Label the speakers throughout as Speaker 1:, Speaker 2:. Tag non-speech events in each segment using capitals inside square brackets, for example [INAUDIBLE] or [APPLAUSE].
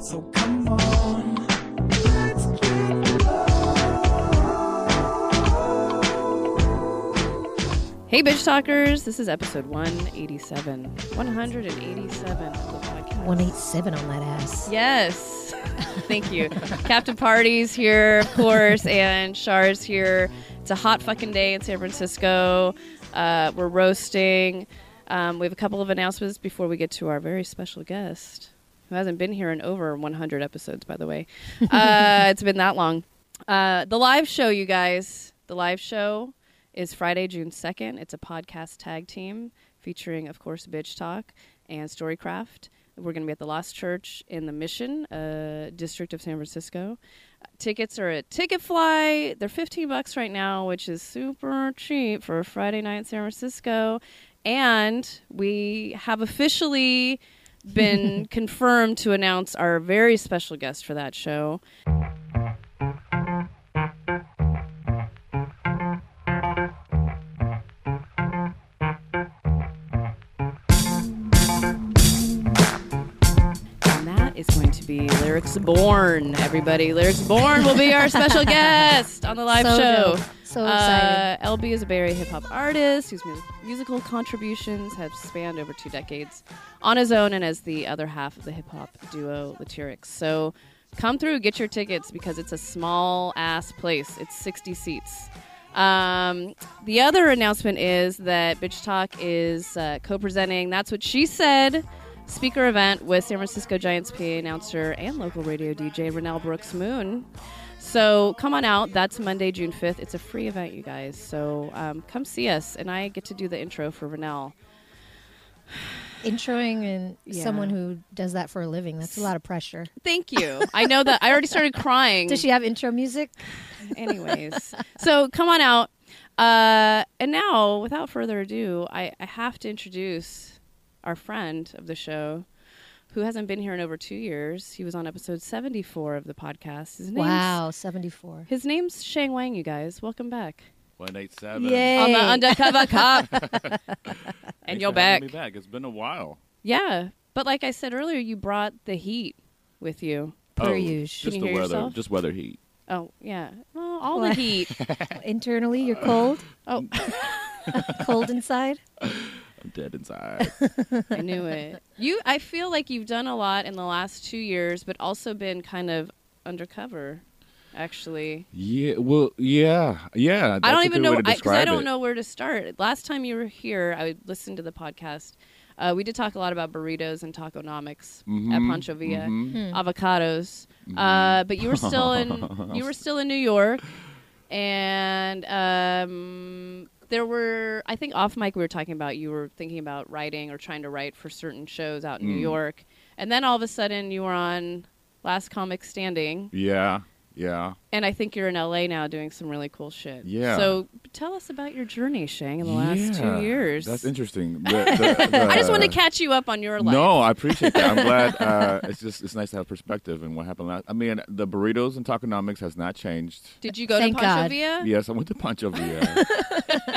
Speaker 1: So come on, let's get
Speaker 2: Hey, bitch talkers! This is episode 187. 187 of the podcast.
Speaker 3: 187 on that ass.
Speaker 2: Yes. [LAUGHS] Thank you. Captain Party's here, of course, and Char's here. It's a hot fucking day in San Francisco. Uh, we're roasting. Um, we have a couple of announcements before we get to our very special guest, who hasn't been here in over 100 episodes, by the way. Uh, it's been that long. Uh, the live show, you guys. The live show is Friday, June 2nd. It's a podcast tag team featuring, of course, Bitch Talk and Storycraft. We're going to be at the Lost Church in the Mission uh, district of San Francisco. Tickets are at Ticketfly. They're 15 bucks right now, which is super cheap for a Friday night in San Francisco. And we have officially been confirmed to announce our very special guest for that show. And that is going to be Lyrics Born, everybody. Lyrics Born will be our
Speaker 3: [LAUGHS]
Speaker 2: special guest on the live
Speaker 3: So
Speaker 2: show.
Speaker 3: dope. So excited.
Speaker 2: Uh, LB is a Bay Area hip hop artist whose mu- musical contributions have spanned over two decades on his own and as the other half of the hip hop duo Latyrix. So come through, get your tickets because it's a small ass place. It's 60 seats. Um, the other announcement is that Bitch Talk is uh, co presenting That's What She Said speaker event with San Francisco Giants PA announcer and local radio DJ Renelle Brooks Moon. So come on out. That's Monday, June 5th. It's a free event, you guys. So um, come see us. And I get to do the intro for Renelle.
Speaker 3: Introing and
Speaker 2: Yeah.
Speaker 3: someone who does that for a living, that's a lot of pressure.
Speaker 2: Thank you. I know that I already started crying.
Speaker 3: Does she have intro music?
Speaker 2: Anyways, so come on out. Uh, and now, without further ado, I, I have to introduce our friend of the show who hasn't been here in over two years. He was on episode 74 of the podcast. His name's
Speaker 3: Wow, 74.
Speaker 2: His name's Shang Wang, you guys. Welcome back.
Speaker 4: 187.
Speaker 2: On the undercover cop. and
Speaker 4: Thanks
Speaker 2: you're
Speaker 4: for
Speaker 2: back.
Speaker 4: having me back. It's been a while.
Speaker 2: Yeah. But like I said earlier, you brought the heat with you.
Speaker 3: Per
Speaker 4: Oh,
Speaker 3: use.
Speaker 2: Can
Speaker 4: Just
Speaker 2: you
Speaker 4: the
Speaker 2: hear
Speaker 4: weather.
Speaker 2: yourself?
Speaker 4: Just weather heat.
Speaker 2: Oh, yeah. Well, [LAUGHS] all the
Speaker 3: What?
Speaker 2: heat.
Speaker 3: Internally, you're cold,
Speaker 4: [LAUGHS]
Speaker 2: Oh, [LAUGHS]
Speaker 3: cold inside.
Speaker 4: I'm
Speaker 2: [LAUGHS]
Speaker 4: dead inside.
Speaker 2: I knew it. You I feel like you've done a lot in the last 2 years, but also been kind of undercover actually.
Speaker 4: yeah. Well. Yeah. Yeah. That's
Speaker 2: I don't
Speaker 4: a
Speaker 2: even
Speaker 4: good
Speaker 2: know
Speaker 4: way to
Speaker 2: I, 'cause I
Speaker 4: describe
Speaker 2: don't
Speaker 4: it.
Speaker 2: know where to start. Last time you were here, I listened to the podcast. Uh, we did talk a lot about burritos and taconomics at
Speaker 4: Mhm,
Speaker 2: Pancho Villa, Hmm.
Speaker 4: mhm.
Speaker 2: avocados. Uh, but you were still
Speaker 4: [LAUGHS]
Speaker 2: in you were still in New York, and um, there were I think off mic we were talking about you were thinking about writing or trying to write for certain shows out in New
Speaker 4: Mm.
Speaker 2: York, and then all of a sudden you were on Last Comic Standing.
Speaker 4: Yeah. Yeah.
Speaker 2: And I think you're in LA now doing some really cool shit.
Speaker 4: Yeah.
Speaker 2: So tell us about your journey, Shang, in the last
Speaker 4: Yeah.
Speaker 2: two years. [LAUGHS]
Speaker 4: That's interesting. The- the-
Speaker 2: I just
Speaker 4: the-
Speaker 2: want to catch you up on your life.
Speaker 4: No, I appreciate that.
Speaker 2: [LAUGHS]
Speaker 4: I'm glad. Uh, it's just it's nice to have perspective and what happened last. I mean, the burritos and taconomics has not changed.
Speaker 2: Did you go
Speaker 3: Thank
Speaker 2: to
Speaker 3: God.
Speaker 2: Panchovia?
Speaker 4: Yes, I went to
Speaker 3: [LAUGHS]
Speaker 4: Pancho Villa.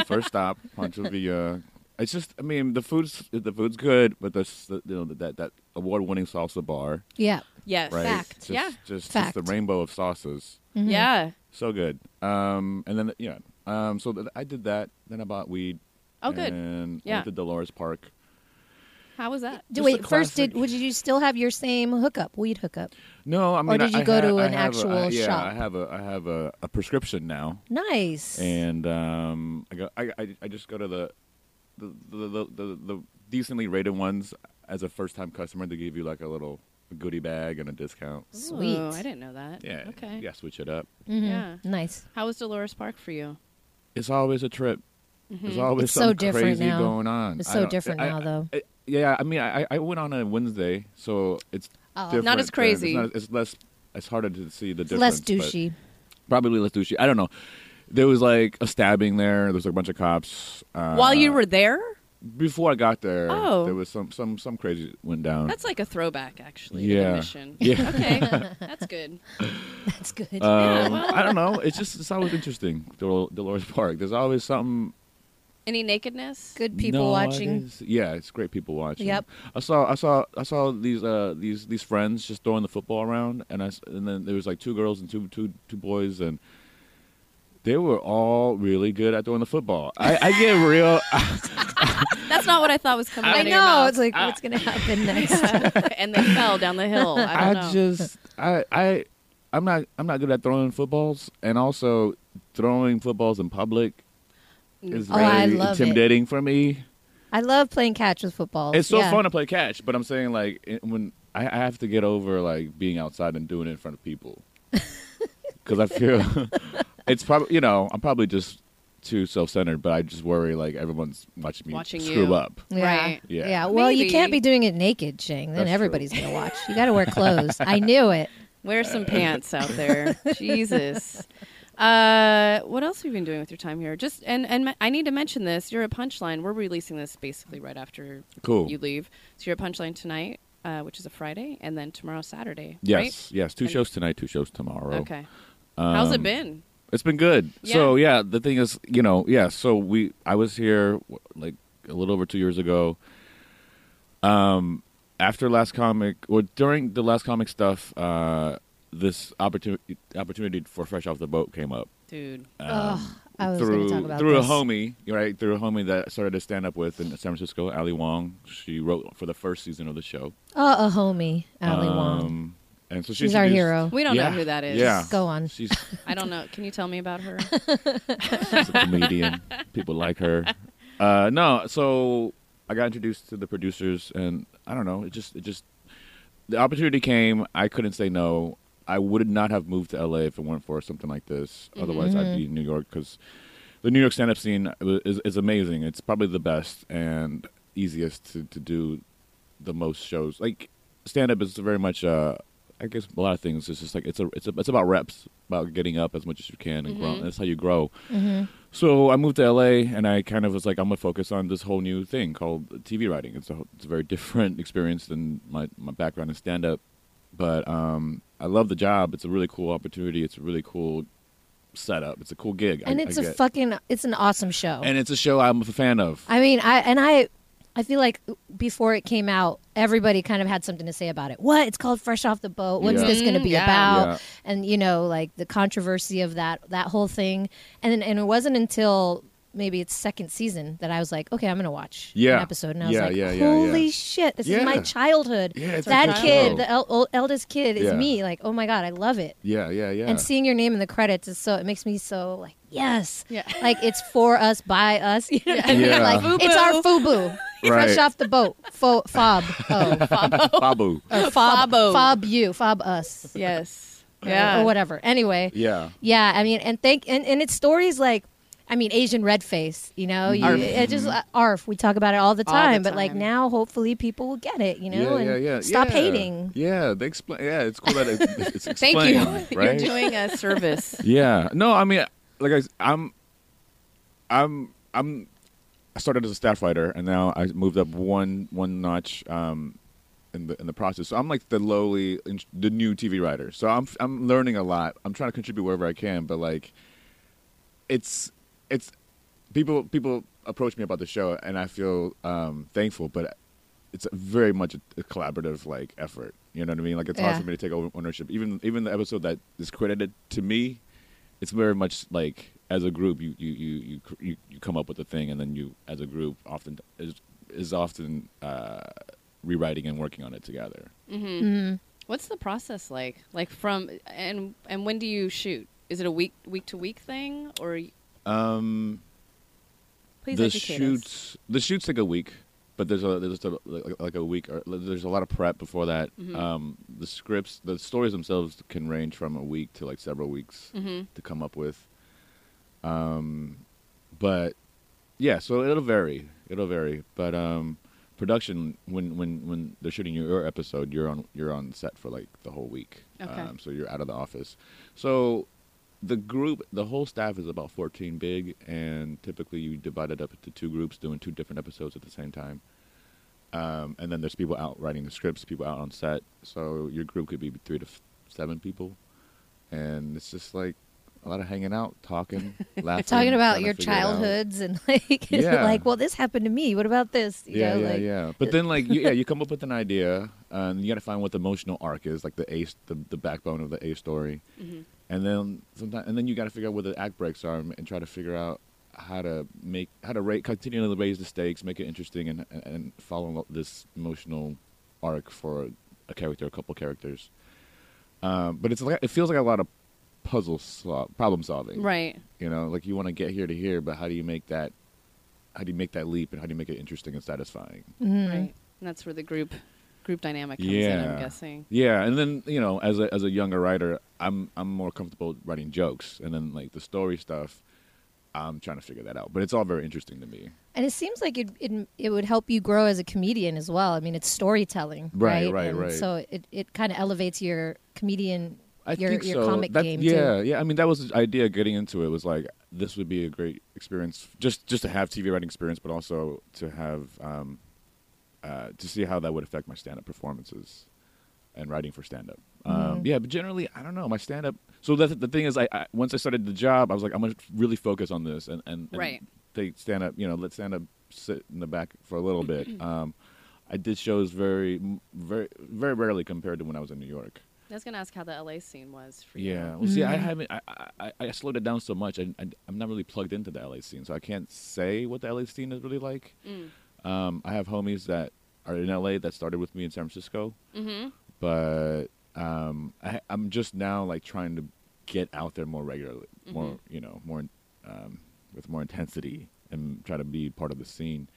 Speaker 4: First stop, Pancho Villa. It's just, I mean, the food's the food's good, but there's the, you know that that award winning salsa bar,
Speaker 3: Yeah.
Speaker 2: Yes.
Speaker 4: right?
Speaker 3: Fact.
Speaker 4: Just,
Speaker 2: Yeah.
Speaker 4: just,
Speaker 3: Fact.
Speaker 4: just the rainbow of sauces,
Speaker 3: Mhm.
Speaker 2: Yeah.
Speaker 4: so good. Um, and then yeah, um, so th- I did that. Then I bought weed.
Speaker 2: Oh, good.
Speaker 4: And
Speaker 2: Yeah.
Speaker 4: went to Dolores Park.
Speaker 2: How was that?
Speaker 3: Do,
Speaker 4: Just
Speaker 3: wait,
Speaker 4: a
Speaker 3: first, did
Speaker 4: classic.
Speaker 3: would you still have your same hookup, weed hookup?
Speaker 4: No, I mean,
Speaker 3: did you
Speaker 4: I- I
Speaker 3: go
Speaker 4: ha-
Speaker 3: to
Speaker 4: I
Speaker 3: an
Speaker 4: have a-
Speaker 3: actual
Speaker 4: I- yeah,
Speaker 3: shop?
Speaker 4: I have a I have a, a prescription now.
Speaker 3: Nice.
Speaker 4: and um, I go. I, I, I just go to the the, the, the, the the decently rated ones as a first time customer. They give you like a little goodie bag and a discount.
Speaker 3: Sweet.
Speaker 2: Ooh, Oh, I didn't know that.
Speaker 4: Yeah.
Speaker 2: Okay.
Speaker 4: Yeah, switch it up.
Speaker 3: Mhm.
Speaker 2: Yeah.
Speaker 3: Nice.
Speaker 2: How was Dolores Park for you?
Speaker 4: It's always a trip. There's always
Speaker 3: Mm-hmm. It's so
Speaker 4: something
Speaker 3: different
Speaker 4: crazy
Speaker 3: now.
Speaker 4: going on.
Speaker 3: It's
Speaker 4: I
Speaker 3: so
Speaker 4: don't-
Speaker 3: different
Speaker 4: I-
Speaker 3: now, though.
Speaker 4: I- yeah, I mean, I, I went on a Wednesday, so it's
Speaker 3: Oh.
Speaker 4: different
Speaker 2: Not as
Speaker 4: than-
Speaker 2: crazy.
Speaker 4: it's, not- it's less. It's harder to see the
Speaker 3: It's
Speaker 4: difference.
Speaker 3: less
Speaker 4: but-
Speaker 3: douchey. [LAUGHS]
Speaker 4: Probably less douchey. I don't know. There was like a stabbing there. There was like a bunch of cops. Uh,
Speaker 2: While you were there?
Speaker 4: before I got there,
Speaker 2: Oh.
Speaker 4: there was some some some crazy went down.
Speaker 2: That's like a throwback, actually.
Speaker 4: Yeah.
Speaker 2: The mission.
Speaker 4: [LAUGHS] Yeah.
Speaker 2: Okay. That's good.
Speaker 3: That's good.
Speaker 4: Uh, um, I don't know. It's just it's always interesting. Dol- Dolores Park. There's always something
Speaker 2: Any nakedness?
Speaker 3: Good people
Speaker 4: No, it
Speaker 3: watching.
Speaker 4: is- yeah, it's great people watching.
Speaker 3: Yep.
Speaker 4: I saw I saw I saw these uh these these friends just throwing the football around, and I s- and then there was like two girls and two two two boys and. They were all really good at throwing the football. I, I get real.
Speaker 2: That's not what I thought was coming.
Speaker 3: I
Speaker 2: out
Speaker 3: know.
Speaker 2: Of
Speaker 3: It's
Speaker 4: Ah.
Speaker 3: like, what's
Speaker 4: [LAUGHS]
Speaker 3: going to happen next?
Speaker 2: your mouth. [LAUGHS] and they fell down the hill. I
Speaker 4: I,
Speaker 2: don't know.
Speaker 4: just I I I'm not I'm not good at throwing footballs, and also throwing footballs in public
Speaker 2: Mm.
Speaker 4: is
Speaker 3: Oh, I
Speaker 4: very
Speaker 3: love it.
Speaker 4: intimidating for me.
Speaker 3: I love playing catch with football.
Speaker 4: It's so
Speaker 3: Yeah.
Speaker 4: fun to play catch, but I'm saying like it- when I, I have to get over like being outside and doing it in front
Speaker 2: [LAUGHS]
Speaker 4: of people because I feel [LAUGHS] it's probably you know I'm probably just too self-centered, but I just worry like everyone's watching me
Speaker 2: Watching
Speaker 4: screw
Speaker 2: you.
Speaker 4: up.
Speaker 3: Yeah.
Speaker 2: Right.
Speaker 4: Yeah.
Speaker 3: Yeah. Well, you
Speaker 2: Maybe.
Speaker 3: can't be doing it naked, Shang. Then
Speaker 4: That's true.
Speaker 3: everybody's going to watch. You got
Speaker 4: [LAUGHS]
Speaker 3: to wear clothes. I knew it.
Speaker 2: Wear
Speaker 4: Uh,
Speaker 2: some pants out there. Jesus. Uh, what else have you been doing with your time here? Just and and me- I need to mention this. You're at Punchline. We're releasing this basically right after
Speaker 4: Cool.
Speaker 2: you leave. So you're at Punchline tonight, uh, which is a Friday, and then tomorrow Saturday.
Speaker 4: Yes,
Speaker 2: right?
Speaker 4: yes. Um, Two
Speaker 2: And-
Speaker 4: shows tonight, two shows tomorrow.
Speaker 2: Okay. How's it been?
Speaker 4: It's been good.
Speaker 2: Yeah.
Speaker 4: So yeah, the thing is, you know, yeah. So we, I was here w- like a little over two years ago. Um, after last comic or during the last comic stuff, uh, this opportunity opportunity for Fresh Off the Boat came up
Speaker 2: Dude.
Speaker 4: uh,
Speaker 3: Ugh, I was going
Speaker 4: Um, through
Speaker 3: to talk about
Speaker 4: through
Speaker 3: this.
Speaker 4: a homie, right? Through a homie that I started to stand up with in San Francisco, Ali Wong. She wrote for the first season of the show.
Speaker 3: Oh, a homie, Ali Wong.
Speaker 4: Um, and so she
Speaker 3: She's our
Speaker 4: introduced-
Speaker 3: hero.
Speaker 2: We don't
Speaker 4: Yeah,
Speaker 2: know who that is.
Speaker 4: Yeah,
Speaker 3: Go on.
Speaker 4: She's
Speaker 2: I don't know. Can you tell me about
Speaker 3: [LAUGHS]
Speaker 2: her?
Speaker 4: She's a comedian. People like her. Uh, no, so I got introduced to the producers, and I don't know. It just, it just, the opportunity came. I couldn't say no. I would not have moved to LA if it weren't for something like this. Otherwise, I'd be in New York because the New York stand-up scene is, is amazing. It's probably the best and easiest to, to do the most shows. Like stand-up is very much, uh, I guess, a lot of things. It's just like it's a, it's a, it's about reps, about getting up as much as you can and
Speaker 3: Mm-hmm.
Speaker 4: growing. That's how you grow. So I moved to LA, and I kind of was like, I'm gonna focus on this whole new thing called TV writing. It's a it's a very different experience than my my background in stand up, but um, I love the job. It's a really cool opportunity. It's a really cool setup. It's a cool gig. I-
Speaker 3: and
Speaker 4: I
Speaker 3: it's a
Speaker 4: get-
Speaker 3: fucking, it's an awesome show.
Speaker 4: Oh. and it's a show I'm a fan of.
Speaker 3: I mean, I and I, I feel like before it came out, everybody kind of had something to say about it. What it's called, Fresh Off the Boat. What's
Speaker 4: Yeah.
Speaker 3: this going to
Speaker 2: Mm,
Speaker 3: be
Speaker 2: yeah.
Speaker 3: about?
Speaker 4: Yeah.
Speaker 3: And you know, like the controversy of that that whole thing. And then, and it wasn't until maybe its second season that I was like, okay, I'm going to watch
Speaker 4: Yeah.
Speaker 3: an episode. And I was
Speaker 4: Yeah,
Speaker 3: like,
Speaker 4: yeah, yeah, yeah.
Speaker 3: holy shit, this
Speaker 4: Yeah.
Speaker 3: is my childhood.
Speaker 4: Yeah, it's a
Speaker 3: that
Speaker 4: good show.
Speaker 3: kid, the el- el- eldest kid, is
Speaker 4: Yeah.
Speaker 3: me. Like, oh my god, I love it.
Speaker 4: yeah, yeah, yeah.
Speaker 3: And seeing your name in the credits is so it makes me so like yes, [LAUGHS]
Speaker 2: Yeah.
Speaker 3: like it's for us by us. [LAUGHS] You know what I mean?
Speaker 4: Yeah.
Speaker 3: Like
Speaker 2: Fubu.
Speaker 3: it's our
Speaker 2: [LAUGHS]
Speaker 3: fubu,
Speaker 4: Right.
Speaker 3: fresh off the boat, Fo- fob, oh,
Speaker 4: [LAUGHS] Babu.
Speaker 3: or fob,
Speaker 2: Fabo.
Speaker 3: fob you, fob us,
Speaker 2: yes.
Speaker 3: or-
Speaker 2: Yeah.
Speaker 3: or whatever. Anyway,
Speaker 4: Yeah.
Speaker 3: yeah, I mean, and thank and, and it's stories like, I mean, Asian red face, you know, you,
Speaker 2: Arf.
Speaker 3: it just uh, arf. We talk about it all the
Speaker 2: All the
Speaker 3: time, but like
Speaker 2: time.
Speaker 3: now, hopefully, people will get it, you know,
Speaker 4: yeah, yeah,
Speaker 3: and
Speaker 4: yeah.
Speaker 3: stop
Speaker 4: yeah.
Speaker 3: hating.
Speaker 4: Yeah, they explain. Yeah, it's
Speaker 3: [LAUGHS]
Speaker 4: cool that it, it's
Speaker 2: Thank
Speaker 4: explained.
Speaker 2: you.
Speaker 4: Right?
Speaker 2: You're doing a service.
Speaker 4: Yeah. No, I mean, like I, s- I'm, I'm, I'm. I started as a staff writer, and now I moved up one one notch um, in the in the process. So I'm like the lowly, in- the new TV writer. So I'm I'm learning a lot. I'm trying to contribute wherever I can, but like, it's it's people people approach me about the show, and I feel um, thankful, but. It's very much a, a collaborative like effort. You know what I mean? Like it's hard
Speaker 3: Yeah.
Speaker 4: for me to take over ownership. Even even the episode that is credited to me, it's very much like as a group you you you you cr- you, you come up with a thing and then you as a group often is is often uh, rewriting and working on it together.
Speaker 2: Hmm.
Speaker 3: Mm-hmm.
Speaker 2: What's the process like? Like from and and when do you shoot? Is it a week week to week thing or? Um. Please
Speaker 4: the
Speaker 2: educate us.
Speaker 4: shoots the shoots take a week, but there's a there's a, like, like a week or there's a lot of prep before that.
Speaker 2: Mm-hmm.
Speaker 4: Um, the scripts the stories themselves can range from a week to like several weeks
Speaker 2: Mm-hmm.
Speaker 4: to come up with. Um, but yeah, so it'll vary. It'll vary, but um, production when when when they're shooting your episode, you're on you're on set for like the whole week.
Speaker 2: Okay.
Speaker 4: Um, so you're out of the office. So the group, the whole staff is about 14 big, and typically you divide it up into two groups doing two different episodes at the same time. Um, and then there's people out writing the scripts, people out on set. So your group could be three to f- seven people, and it's just like a lot of hanging out,
Speaker 3: [LAUGHS]
Speaker 4: talking, laughing,
Speaker 3: Talking about
Speaker 4: trying to
Speaker 3: your
Speaker 4: figure it out.
Speaker 3: childhoods and [LAUGHS] like,
Speaker 4: Yeah.
Speaker 3: like, well, this happened to me. What about this? You
Speaker 4: Yeah,
Speaker 3: know,
Speaker 4: yeah,
Speaker 3: like,
Speaker 4: yeah. But then,
Speaker 3: [LAUGHS]
Speaker 4: like, you, yeah, you come up with an idea, and you got to find what the emotional arc is, like the A, the, the backbone of the A story,
Speaker 3: Mm-hmm.
Speaker 4: and then sometimes, and then you got to figure out where the act breaks are, and try to figure out how to make how to rate, continually raise the stakes, make it interesting, and and- and follow up this emotional arc for a character, a couple characters. Um, but it's like it feels like a lot of puzzle sol- problem solving,
Speaker 2: Right.
Speaker 4: you know, like you want to get here to here, but how do you make that? How do you make that leap, and how do you make it interesting and satisfying?
Speaker 3: Mm-hmm.
Speaker 2: Right. And that's where the group group dynamic comes in, I'm
Speaker 4: Yeah.
Speaker 2: guessing.
Speaker 4: Yeah, and then you know, as a as a younger writer, I'm I'm more comfortable writing jokes, and then like the story stuff, I'm trying to figure that out. But it's all very interesting to me.
Speaker 3: And it seems like it, it it would help you grow as a comedian as well. I mean, it's storytelling,
Speaker 4: Right,
Speaker 3: right?
Speaker 4: right,
Speaker 3: And
Speaker 4: right.
Speaker 3: So it, it kind of elevates your comedian,
Speaker 4: I
Speaker 3: your
Speaker 4: think
Speaker 3: your
Speaker 4: so.
Speaker 3: comic
Speaker 4: That-
Speaker 3: game.
Speaker 4: yeah,
Speaker 3: too.
Speaker 4: yeah. I mean, that was the idea getting into it. Was like this would be a great experience, just just to have TV writing experience, but also to have um, uh, to see how that would affect my stand up performances and writing for stand up. Um,
Speaker 3: Mm-hmm.
Speaker 4: yeah, but generally, I don't know my stand up. So the the thing is, I, I once I started the job, I was like, I'm gonna really focus on this and and, and
Speaker 2: Right.
Speaker 4: Take stand up, you know, let stand up sit in the back for a
Speaker 3: [CLEARS THROAT]
Speaker 4: little bit. Um, I did shows very, very, very rarely compared to when I was in New York.
Speaker 2: I was gonna ask how the LA scene was for you.
Speaker 4: Yeah. Well, see, I haven't. I, I- I I slowed it down so much, and and I'm not really plugged into the LA scene, so I can't say what the LA scene is really like.
Speaker 2: Mm.
Speaker 4: Um, I have homies that are in LA that started with me in San Francisco,
Speaker 2: Mm-hmm.
Speaker 4: but um, I, I'm just now like trying to get out there more regularly,
Speaker 2: Mm-hmm.
Speaker 4: more you know, more um, with more intensity, and try to be part of the scene.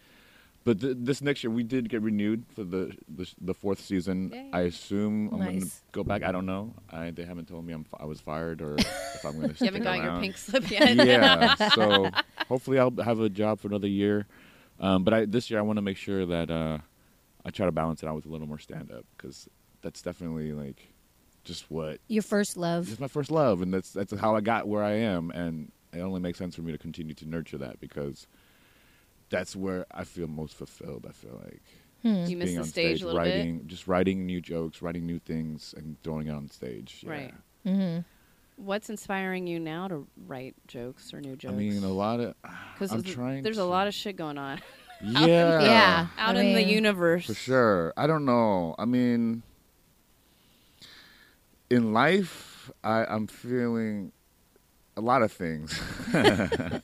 Speaker 4: But th- this next year, we did get renewed for the the, the fourth season.
Speaker 2: Yay.
Speaker 4: I assume I'm going to
Speaker 3: Nice.
Speaker 4: go back. I don't know. I, they haven't told me I'm, fi- I was fired or if I'm going
Speaker 2: [LAUGHS]
Speaker 4: to.
Speaker 2: You haven't gotten your pink
Speaker 4: [LAUGHS]
Speaker 2: slip yet.
Speaker 4: yeah. So hopefully I'll have a job for another year. Um, but I, this year I want to make sure that uh, I try to balance it out with a little more stand up because that's definitely like just what
Speaker 3: Your first
Speaker 4: it's
Speaker 3: love.
Speaker 4: my first love, and that's that's how I got where I am, and it only makes sense for me to continue to nurture that because that's where I feel most fulfilled. I feel like
Speaker 3: Hmm,
Speaker 2: Do [LAUGHS] you miss
Speaker 4: being
Speaker 2: the
Speaker 4: on
Speaker 2: stage,
Speaker 4: stage,
Speaker 2: a little
Speaker 4: writing, just writing new jokes, writing new things, and throwing it on stage.
Speaker 2: bit. Right.
Speaker 4: Yeah.
Speaker 3: hmm
Speaker 2: What's inspiring you now to write jokes or new jokes?
Speaker 4: I mean, a lot of I'm
Speaker 2: th-
Speaker 4: trying
Speaker 2: there's a
Speaker 4: to-
Speaker 2: lot of shit going on [LAUGHS]
Speaker 4: yeah,
Speaker 3: Yeah.
Speaker 2: out
Speaker 3: I
Speaker 2: in the
Speaker 3: mean-
Speaker 2: universe.
Speaker 4: for sure. I don't know. I mean, in life, I, I'm feeling a lot of things. [LAUGHS]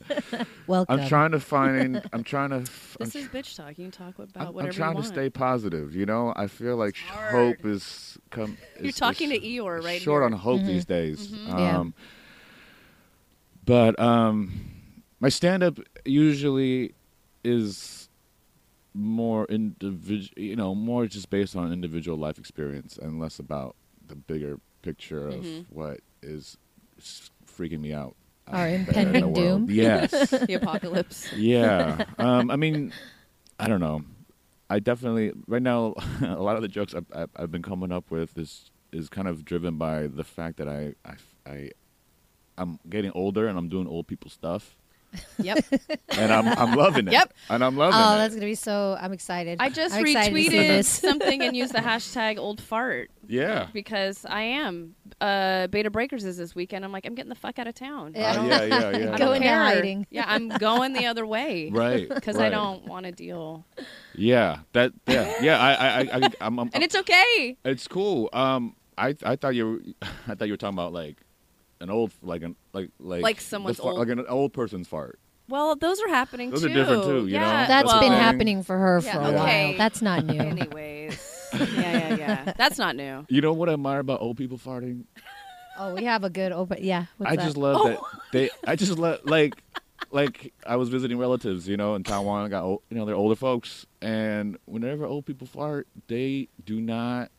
Speaker 3: Welcome.
Speaker 2: [LAUGHS]
Speaker 4: I'm trying to find. I'm trying to. f- I'm
Speaker 2: This is bitch talk. You can talk about
Speaker 4: I'm,
Speaker 2: whatever
Speaker 4: I'm trying
Speaker 2: you
Speaker 4: to
Speaker 2: want.
Speaker 4: stay positive. You know, I feel like sh- hope is come.
Speaker 2: [LAUGHS] You're
Speaker 4: is-
Speaker 2: talking
Speaker 4: is
Speaker 2: to Eeyore right
Speaker 4: Short
Speaker 2: here.
Speaker 4: on hope these days.
Speaker 3: Yeah.
Speaker 4: Um, But um, my stand up usually is more individual. You know, more just based on individual life experience and less about the bigger picture of
Speaker 2: Mhm.
Speaker 4: what is s- freaking me out.
Speaker 3: Our
Speaker 4: out there in
Speaker 3: impending
Speaker 4: the world.
Speaker 3: doom.
Speaker 4: Yes.
Speaker 2: [LAUGHS] the
Speaker 3: [LAUGHS]
Speaker 2: apocalypse. [LAUGHS]
Speaker 4: Yeah. Um, I mean, I don't know. I definitely right now [LAUGHS] a lot of the jokes I've, I've- I've been coming up with is is kind of driven by the fact that I I I am getting older and I'm doing old people stuff
Speaker 2: Yep.
Speaker 4: and I'm I'm loving
Speaker 2: [LAUGHS]
Speaker 4: it.
Speaker 2: Yep.
Speaker 4: And I'm loving
Speaker 3: Oh,
Speaker 4: it.
Speaker 3: that's gonna be so. I'm excited.
Speaker 2: I just
Speaker 3: I'm excited to see
Speaker 2: retweeted
Speaker 3: this. [LAUGHS]
Speaker 2: something and used the hashtag old fart
Speaker 4: yeah.
Speaker 2: because I am. Uh, Beta Breakers is this weekend. I'm like, I'm getting the fuck out of town.
Speaker 4: Oh,
Speaker 3: Yeah.
Speaker 2: I don't,
Speaker 4: yeah, yeah,
Speaker 2: [LAUGHS]
Speaker 4: yeah.
Speaker 2: I don't
Speaker 3: Go into
Speaker 2: care.
Speaker 3: hiding.
Speaker 2: Yeah, I'm going the other way.
Speaker 4: [LAUGHS]
Speaker 2: [LAUGHS]
Speaker 4: Right.
Speaker 2: Because I
Speaker 4: right. Oh.
Speaker 2: don't want to deal.
Speaker 4: Yeah. That. Yeah. Yeah. I. I. I. I I'm, I'm,
Speaker 2: And it's okay.
Speaker 4: It's cool. Um, I I thought you were, [LAUGHS] I thought you were talking about like an old like an like like
Speaker 2: Like
Speaker 4: the
Speaker 2: someone's
Speaker 4: fart-
Speaker 2: old.
Speaker 4: like an old person's fart.
Speaker 2: Well, those are happening
Speaker 4: Those
Speaker 2: too.
Speaker 4: are different too, you know?
Speaker 2: Yeah.
Speaker 4: That's
Speaker 3: That's
Speaker 2: well,
Speaker 3: been
Speaker 4: thing.
Speaker 3: happening for her
Speaker 2: Yeah,
Speaker 3: for a
Speaker 2: okay.
Speaker 3: while. That's not new.
Speaker 2: Anyways. yeah, yeah, yeah. That's not new.
Speaker 4: You know what I admire about old people farting?
Speaker 3: oh, we have a good open. Yeah. What's
Speaker 4: I
Speaker 3: that?
Speaker 4: just love that
Speaker 2: Oh. [LAUGHS]
Speaker 4: they. I just love like like I was visiting relatives, you know, in Taiwan. I got old, you know they're older folks, and whenever old people fart, they do not.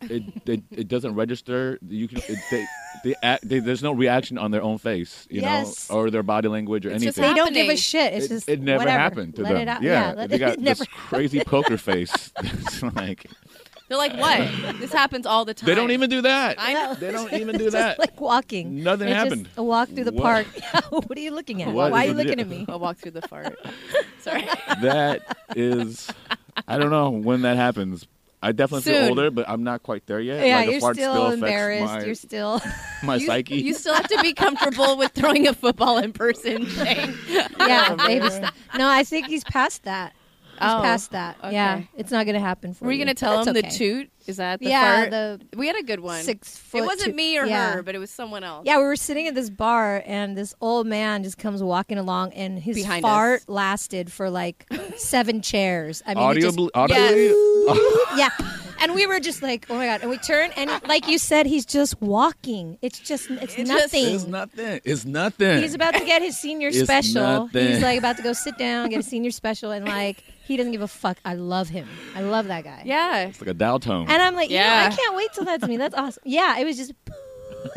Speaker 4: It it, it doesn't register. You can it, they. They, act, they, there's no reaction on their own face, you
Speaker 3: Yes.
Speaker 4: know, or their body language or
Speaker 2: It's just
Speaker 4: anything.
Speaker 3: they don't give
Speaker 2: happening.
Speaker 3: a shit. It's
Speaker 4: it,
Speaker 3: just
Speaker 4: it never
Speaker 3: whatever.
Speaker 4: happened to
Speaker 3: let
Speaker 4: them.
Speaker 3: It out.
Speaker 4: Yeah,
Speaker 3: let
Speaker 4: they
Speaker 3: it, [LAUGHS]
Speaker 4: got
Speaker 3: it never.
Speaker 4: this crazy poker face. [LAUGHS] It's like
Speaker 2: They're like,
Speaker 4: [LAUGHS]
Speaker 2: what? this happens all the time.
Speaker 4: they don't even do that.
Speaker 2: I
Speaker 3: [LAUGHS]
Speaker 2: know. [LAUGHS]
Speaker 4: They don't even do
Speaker 3: It's
Speaker 4: that.
Speaker 3: just like walking.
Speaker 4: Nothing
Speaker 3: It's just
Speaker 4: happened.
Speaker 3: a walk through the
Speaker 4: What?
Speaker 3: park. [LAUGHS] what are you looking at?
Speaker 4: What
Speaker 3: Why are
Speaker 4: is
Speaker 3: you
Speaker 4: it?
Speaker 3: looking at me?
Speaker 2: I'll walk through the fart. Sorry.
Speaker 4: that is, I don't know when that happens. I definitely
Speaker 2: Soon.
Speaker 4: feel older, but I'm not quite there yet.
Speaker 3: yeah,
Speaker 4: [LAUGHS] like, the
Speaker 3: you're
Speaker 4: fart
Speaker 3: still,
Speaker 4: affects
Speaker 3: embarrassed.
Speaker 4: My,
Speaker 3: You're
Speaker 4: [LAUGHS]
Speaker 3: still. [LAUGHS]
Speaker 4: my
Speaker 2: you,
Speaker 4: psyche.
Speaker 2: you still have to be comfortable with throwing a football in
Speaker 4: [LAUGHS]
Speaker 2: person. Thing.
Speaker 3: yeah, baby. step. No, I think he's past that. He's
Speaker 2: Oh,
Speaker 3: past that.
Speaker 2: okay.
Speaker 3: Yeah, it's not gonna happen for
Speaker 2: Were you
Speaker 3: you
Speaker 2: gonna tell
Speaker 3: That's
Speaker 2: him the
Speaker 3: okay.
Speaker 2: toot? Is that the
Speaker 3: yeah,
Speaker 2: fart?
Speaker 3: the
Speaker 2: we had a good one.
Speaker 3: six foot.
Speaker 2: it wasn't
Speaker 3: toot.
Speaker 2: me or
Speaker 3: yeah.
Speaker 2: her, but it was someone else.
Speaker 3: Yeah, we were sitting at this bar, and this old man just comes walking along, and his
Speaker 2: Behind
Speaker 3: fart
Speaker 2: us.
Speaker 3: lasted for like seven chairs. I mean, it
Speaker 4: Audio,
Speaker 3: just-
Speaker 4: audibly,
Speaker 3: yeah. And we were just like, oh my god! And we turn, and like you said, he's just walking. It's just, it's
Speaker 2: It just-
Speaker 3: nothing.
Speaker 4: it's nothing. It's nothing.
Speaker 3: He's about to get his senior
Speaker 4: It's
Speaker 3: special.
Speaker 4: nothing.
Speaker 3: He's like about to go sit down, get a senior special, and like he doesn't give a fuck. I love him. I love that guy.
Speaker 2: yeah.
Speaker 4: It's like a dial tone.
Speaker 3: And I'm like, yeah,
Speaker 2: Yeah.
Speaker 3: I can't wait till that's me. That's awesome. Yeah, it was just,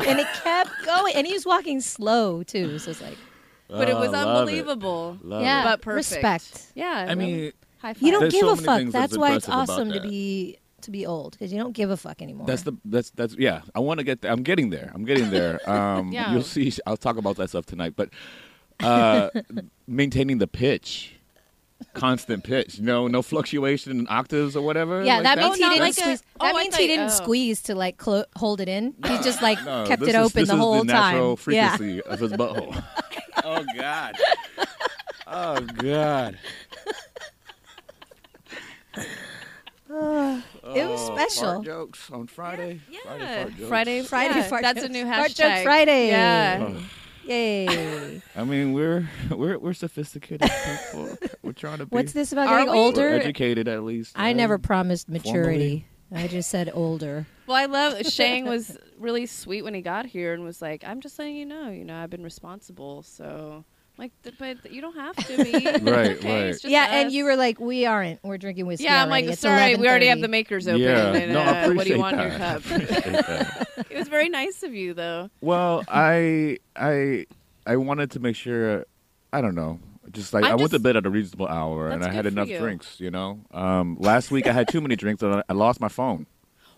Speaker 3: and it kept going, and he was walking slow too. So it's like,
Speaker 2: But it
Speaker 4: Oh,
Speaker 2: was
Speaker 4: love it.
Speaker 2: unbelievable.
Speaker 4: Love
Speaker 3: yeah,
Speaker 4: it.
Speaker 2: But perfect.
Speaker 3: respect.
Speaker 2: Yeah.
Speaker 4: I mean,
Speaker 2: high five.
Speaker 3: You don't
Speaker 4: There's
Speaker 3: give
Speaker 4: so
Speaker 3: a
Speaker 4: many
Speaker 3: fuck.
Speaker 4: things
Speaker 3: That's
Speaker 4: that's
Speaker 3: why it's
Speaker 4: impressive about
Speaker 3: awesome to
Speaker 4: that.
Speaker 3: be to be old because you don't give a fuck anymore.
Speaker 4: That's the that's that's yeah. I want to get. I'm getting there. I'm getting
Speaker 3: [LAUGHS]
Speaker 4: there. Um,
Speaker 2: Yeah.
Speaker 4: You'll see. I'll talk about that stuff tonight. But uh, [LAUGHS] maintaining the pitch, constant pitch. No, no fluctuation in octaves or whatever.
Speaker 3: yeah,
Speaker 4: like
Speaker 3: that means
Speaker 2: Oh,
Speaker 3: he
Speaker 2: not
Speaker 3: didn't
Speaker 2: like a-
Speaker 3: squeeze.
Speaker 2: oh,
Speaker 3: that
Speaker 2: I
Speaker 3: means
Speaker 2: thought-
Speaker 3: he didn't
Speaker 2: oh.
Speaker 3: squeeze to like clo- hold it in. He just
Speaker 4: [LAUGHS]
Speaker 3: like
Speaker 4: No,
Speaker 3: kept
Speaker 4: this
Speaker 3: it
Speaker 4: is-
Speaker 3: open
Speaker 4: this
Speaker 3: the
Speaker 4: is
Speaker 3: whole
Speaker 4: the
Speaker 3: time.
Speaker 4: Natural
Speaker 3: yeah,
Speaker 4: frequency of
Speaker 3: [LAUGHS]
Speaker 4: his butthole. [LAUGHS] oh God. Oh God.
Speaker 3: [LAUGHS] it was special.
Speaker 4: Oh, Fart jokes on Friday. Friday
Speaker 2: Yeah.
Speaker 4: fart jokes.
Speaker 2: Friday,
Speaker 3: Friday
Speaker 2: yeah,
Speaker 3: fart
Speaker 2: That's
Speaker 3: jokes.
Speaker 2: a new hashtag.
Speaker 3: Fart joke Friday.
Speaker 2: Yeah.
Speaker 4: Oh,
Speaker 3: yay!
Speaker 2: [LAUGHS]
Speaker 4: I mean, we're [LAUGHS] we're we're sophisticated people.
Speaker 2: [LAUGHS]
Speaker 4: We're trying to be.
Speaker 3: What's this about
Speaker 2: Are
Speaker 3: getting
Speaker 2: we?
Speaker 4: We're
Speaker 3: older?
Speaker 4: educated at least.
Speaker 3: I
Speaker 4: Um,
Speaker 3: never promised maturity.
Speaker 4: formally.
Speaker 3: I just said older.
Speaker 2: Well, I love Shang was really sweet when he got here and was like, "I'm just letting you know, you know, I've been responsible." So, I'm like, "Th- but you don't have to be. It's
Speaker 4: [LAUGHS]
Speaker 2: okay,
Speaker 4: Right,
Speaker 2: it's
Speaker 4: right.
Speaker 2: just
Speaker 3: yeah, and
Speaker 2: us."
Speaker 3: you were like, we aren't. We're drinking whiskey.
Speaker 2: Yeah, I'm
Speaker 3: already.
Speaker 2: like,
Speaker 3: It's
Speaker 2: sorry, we already have
Speaker 3: 11:30."
Speaker 2: the makers open.
Speaker 4: Yeah,
Speaker 2: and,
Speaker 4: no, I
Speaker 2: uh, what do
Speaker 4: appreciate
Speaker 2: you want in your
Speaker 4: that.
Speaker 2: cup?
Speaker 4: [LAUGHS]
Speaker 2: [LAUGHS] it was very nice of you, though.
Speaker 4: Well, I I I wanted to make sure. I don't know. Just like
Speaker 2: I'm
Speaker 4: i went to
Speaker 2: just-
Speaker 4: bed at a reasonable hour and
Speaker 2: That's
Speaker 4: I had
Speaker 2: good for
Speaker 4: enough
Speaker 2: you.
Speaker 4: drinks. You know, um, last week I had too many drinks and I- I lost my phone.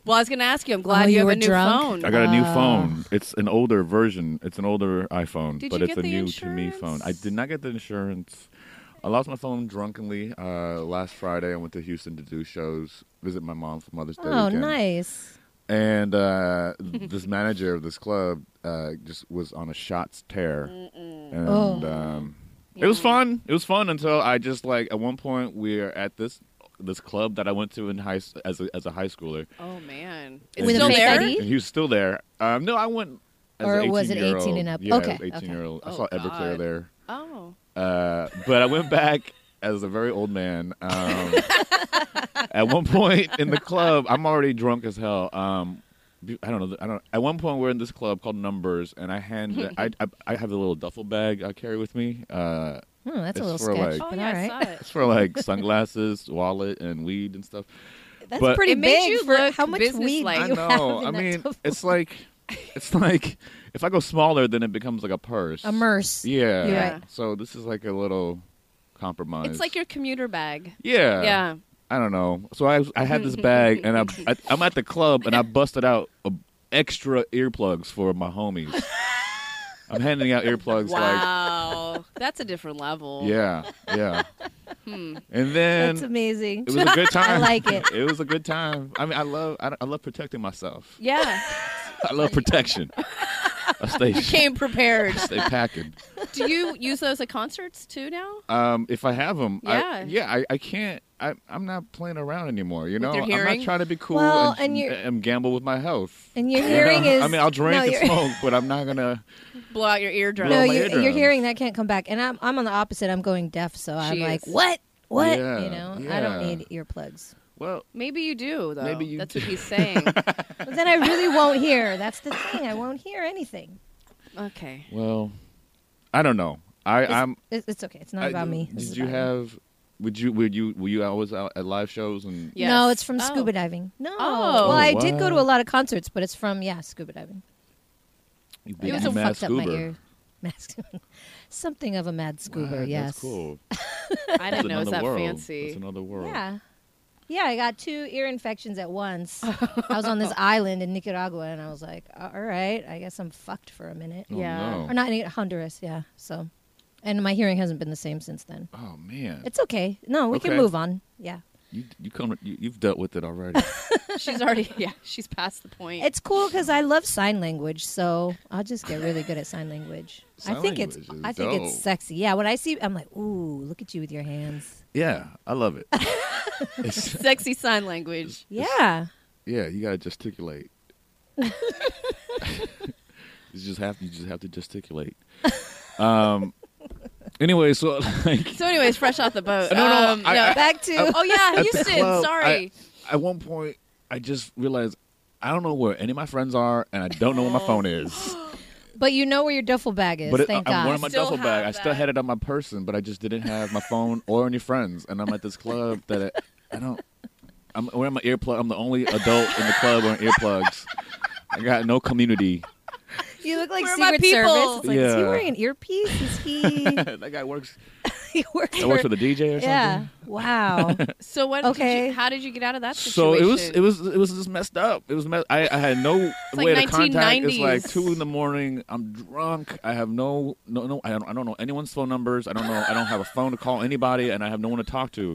Speaker 2: Well, I was going to ask you. I'm glad
Speaker 3: Oh,
Speaker 2: you,
Speaker 3: you
Speaker 2: have
Speaker 3: were
Speaker 2: a new
Speaker 3: drunk?
Speaker 2: phone.
Speaker 4: I got a new
Speaker 3: Ah.
Speaker 4: phone. It's an older version. It's an older iPhone,
Speaker 2: Did
Speaker 4: but
Speaker 2: you
Speaker 4: it's
Speaker 2: get
Speaker 4: a
Speaker 2: the
Speaker 4: new to me phone. I
Speaker 2: insurance?
Speaker 4: did not get the insurance. I lost my phone drunkenly uh, last Friday. I went to Houston to do shows, visit my mom for Mother's Day.
Speaker 3: Oh,
Speaker 4: weekend.
Speaker 3: nice.
Speaker 2: [LAUGHS]
Speaker 4: And uh, this manager of this club uh, just was on a shots tear, and
Speaker 3: Oh.
Speaker 4: um, it was fun. It was fun until I just like at one point we are at this this club that I went to in high s- as a, as a high schooler.
Speaker 2: Oh man, it's
Speaker 3: With a
Speaker 2: still
Speaker 3: fake
Speaker 2: there.
Speaker 3: ID?
Speaker 4: And he was still there. Um, no, I went. As
Speaker 3: Or
Speaker 4: an
Speaker 3: was it
Speaker 4: 18-year-old.
Speaker 3: 18 and up?
Speaker 4: Yeah,
Speaker 3: Okay,
Speaker 4: I was 18
Speaker 3: okay.
Speaker 4: year old. I
Speaker 2: Oh,
Speaker 4: saw Everclear
Speaker 2: God.
Speaker 4: there.
Speaker 2: Oh,
Speaker 4: Uh, but I went back as a very old man.
Speaker 3: [LAUGHS]
Speaker 4: Um, at one point in the club, I'm already drunk as hell. Um, be- I don't know. I don't. At one point, we're in this club called Numbers, and I hand.
Speaker 3: [LAUGHS]
Speaker 4: I, I I have a little duffel bag I carry with me. Uh,
Speaker 3: Hmm, that's a
Speaker 4: It's
Speaker 3: little
Speaker 4: for,
Speaker 3: sketch,
Speaker 4: like-
Speaker 2: oh
Speaker 3: but
Speaker 2: yeah,
Speaker 3: all right.
Speaker 2: I saw it.
Speaker 4: it's for like sunglasses, wallet, and weed and stuff.
Speaker 3: That's
Speaker 4: But-
Speaker 3: pretty
Speaker 2: It made
Speaker 3: big
Speaker 2: you
Speaker 3: for
Speaker 2: look
Speaker 3: how much weed [LAUGHS]
Speaker 2: business-like. that
Speaker 4: I
Speaker 3: you have
Speaker 4: know.
Speaker 3: in
Speaker 4: I
Speaker 3: that
Speaker 4: mean,
Speaker 3: duffel.
Speaker 4: it's like, it's [LAUGHS] like, if I go smaller, then it becomes like a purse.
Speaker 3: [LAUGHS] a merce.
Speaker 4: Yeah.
Speaker 2: You're right.
Speaker 4: So this is like a little compromise.
Speaker 2: It's like your commuter bag.
Speaker 4: Yeah.
Speaker 2: yeah.
Speaker 4: I don't know. So I I had this bag and I, I I'm at the club and I busted out a, extra earplugs for my homies. I'm handing out earplugs
Speaker 2: Wow, that's a different level.
Speaker 4: like yeah yeah.
Speaker 2: Hmm.
Speaker 4: And then
Speaker 3: That's amazing.
Speaker 4: it was a good time.
Speaker 3: like it.
Speaker 4: [LAUGHS] It was a good time. I mean I love I, I love protecting myself.
Speaker 2: Yeah.
Speaker 4: I
Speaker 3: [LAUGHS]
Speaker 4: love protection. I
Speaker 2: [LAUGHS]
Speaker 4: stay [LAUGHS]
Speaker 2: Came prepared.
Speaker 4: stay packing.
Speaker 2: Do you use those at concerts too now?
Speaker 4: Um, if I have them, I,
Speaker 2: Yeah.
Speaker 4: yeah, I, I can't. I, I'm not playing around anymore. You know,
Speaker 2: your
Speaker 4: I'm
Speaker 2: hearing?
Speaker 4: not trying to be cool
Speaker 3: Well, and
Speaker 4: and,
Speaker 3: you're-
Speaker 4: and gamble with my health.
Speaker 3: And your
Speaker 4: You
Speaker 3: hearing
Speaker 4: know?
Speaker 3: is.
Speaker 4: I mean, I'll drink
Speaker 3: no, [LAUGHS]
Speaker 4: and
Speaker 3: your-
Speaker 4: smoke, but I'm not gonna.
Speaker 2: Blow out your eardrum.
Speaker 3: No,
Speaker 4: blow my
Speaker 3: you,
Speaker 4: eardrums.
Speaker 3: your hearing that can't come back. And I'm I'm on the opposite. I'm going deaf, so I'm
Speaker 2: Jeez.
Speaker 3: like, what, what?
Speaker 4: Yeah,
Speaker 3: you know, I don't
Speaker 4: yeah.
Speaker 3: need earplugs.
Speaker 4: Well,
Speaker 2: Maybe you do though.
Speaker 4: Maybe you
Speaker 2: That's
Speaker 4: do.
Speaker 2: what he's
Speaker 4: [LAUGHS]
Speaker 2: saying.
Speaker 3: But then I really won't hear. That's the thing. I won't hear anything.
Speaker 2: okay.
Speaker 4: well, I don't know. I,
Speaker 3: It's,
Speaker 4: I'm.
Speaker 3: it's, it's okay. It's not
Speaker 4: I-
Speaker 3: about me. This
Speaker 4: Did
Speaker 3: is
Speaker 4: you
Speaker 3: about me.
Speaker 4: have? Would you? Would you? Were you always out at live shows and?
Speaker 2: Yes.
Speaker 3: No, it's from
Speaker 2: Oh.
Speaker 3: scuba diving. No.
Speaker 2: Oh.
Speaker 3: Well, I
Speaker 4: Oh,
Speaker 3: did go to
Speaker 4: wow.
Speaker 3: a lot of concerts, but it's from yeah, scuba diving.
Speaker 4: You
Speaker 3: I
Speaker 4: big
Speaker 3: also
Speaker 4: mad
Speaker 3: fucked up my
Speaker 4: scuba.
Speaker 3: ear. Mad scuba. [LAUGHS] Something of a mad
Speaker 4: Wow,
Speaker 3: scuba. yes.
Speaker 4: Ah,
Speaker 3: [LAUGHS]
Speaker 4: That's cool.
Speaker 2: I
Speaker 4: That's
Speaker 2: didn't know it was
Speaker 4: another
Speaker 2: that
Speaker 4: world. That's
Speaker 2: fancy.
Speaker 4: another world.
Speaker 3: Yeah. Yeah, I got two ear infections at once. I was on
Speaker 4: [LAUGHS]
Speaker 3: this island in Nicaragua, and I was like, all right, I guess I'm fucked for a minute.
Speaker 4: Oh,
Speaker 2: Yeah.
Speaker 4: no.
Speaker 3: Or not in Honduras, yeah. So, and my hearing hasn't been the same since then.
Speaker 4: Oh man.
Speaker 3: It's okay. No, we can
Speaker 4: Okay.
Speaker 3: move on. Yeah.
Speaker 4: You you come you, you've dealt with it already.
Speaker 2: [LAUGHS] She's already yeah. She's past the point.
Speaker 3: It's cool because I love sign language, so I'll just get really good at sign language. I
Speaker 4: Sign
Speaker 3: think it's
Speaker 4: language is
Speaker 3: I think it's
Speaker 4: dope.
Speaker 3: sexy. Yeah, when I see, I'm like, ooh, look at you with your hands.
Speaker 4: yeah, I love it. It's-
Speaker 2: sexy sign language.
Speaker 3: Yeah,
Speaker 4: yeah, you gotta gesticulate. you just have you just have to gesticulate. Um. Anyway, so like
Speaker 2: So, anyways, fresh off the boat.
Speaker 4: [LAUGHS] No, no,
Speaker 2: Um,
Speaker 4: I- I-
Speaker 3: back to
Speaker 4: [LAUGHS]
Speaker 2: oh yeah,
Speaker 4: At the
Speaker 2: Houston.
Speaker 4: club,
Speaker 2: sorry.
Speaker 4: I- at one point, I just realized I don't know where any of my friends are, and I don't know where my phone is.
Speaker 3: [LAUGHS] but you know where your duffel bag is.
Speaker 4: but it,
Speaker 3: thank
Speaker 4: I'm
Speaker 3: God.
Speaker 4: wearing my
Speaker 2: Still
Speaker 4: duffel
Speaker 2: have
Speaker 4: bag. I still
Speaker 2: that.
Speaker 4: had it on my person, but I just didn't have my phone or any friends. And I'm at this club that I, I don't. I'm wearing my earplug. I'm the only adult in the club wearing earplugs. I got no community.
Speaker 3: you look like
Speaker 2: Where are my
Speaker 3: Secret
Speaker 2: people?
Speaker 3: Service. It's like, is he
Speaker 4: Yeah.
Speaker 3: wearing an earpiece?
Speaker 2: [LAUGHS]
Speaker 3: Is he?
Speaker 4: [LAUGHS] that guy works.
Speaker 3: he works
Speaker 4: That works
Speaker 3: for
Speaker 4: for the DJ or
Speaker 3: yeah.
Speaker 4: something.
Speaker 2: [LAUGHS]
Speaker 3: Wow.
Speaker 2: So what? Did
Speaker 3: Okay.
Speaker 2: you, how did you get out of that situation?
Speaker 4: So it was it was it was just messed up. It was mess- I I had
Speaker 2: [LAUGHS]
Speaker 4: no
Speaker 2: like
Speaker 4: way to contact. It's
Speaker 2: 1990s.
Speaker 4: like two in the morning. I'm drunk. I have no no no. I don't, I don't know anyone's phone numbers. I don't know. I don't have a phone to call anybody, and I have no one to talk
Speaker 2: [LAUGHS]
Speaker 4: to.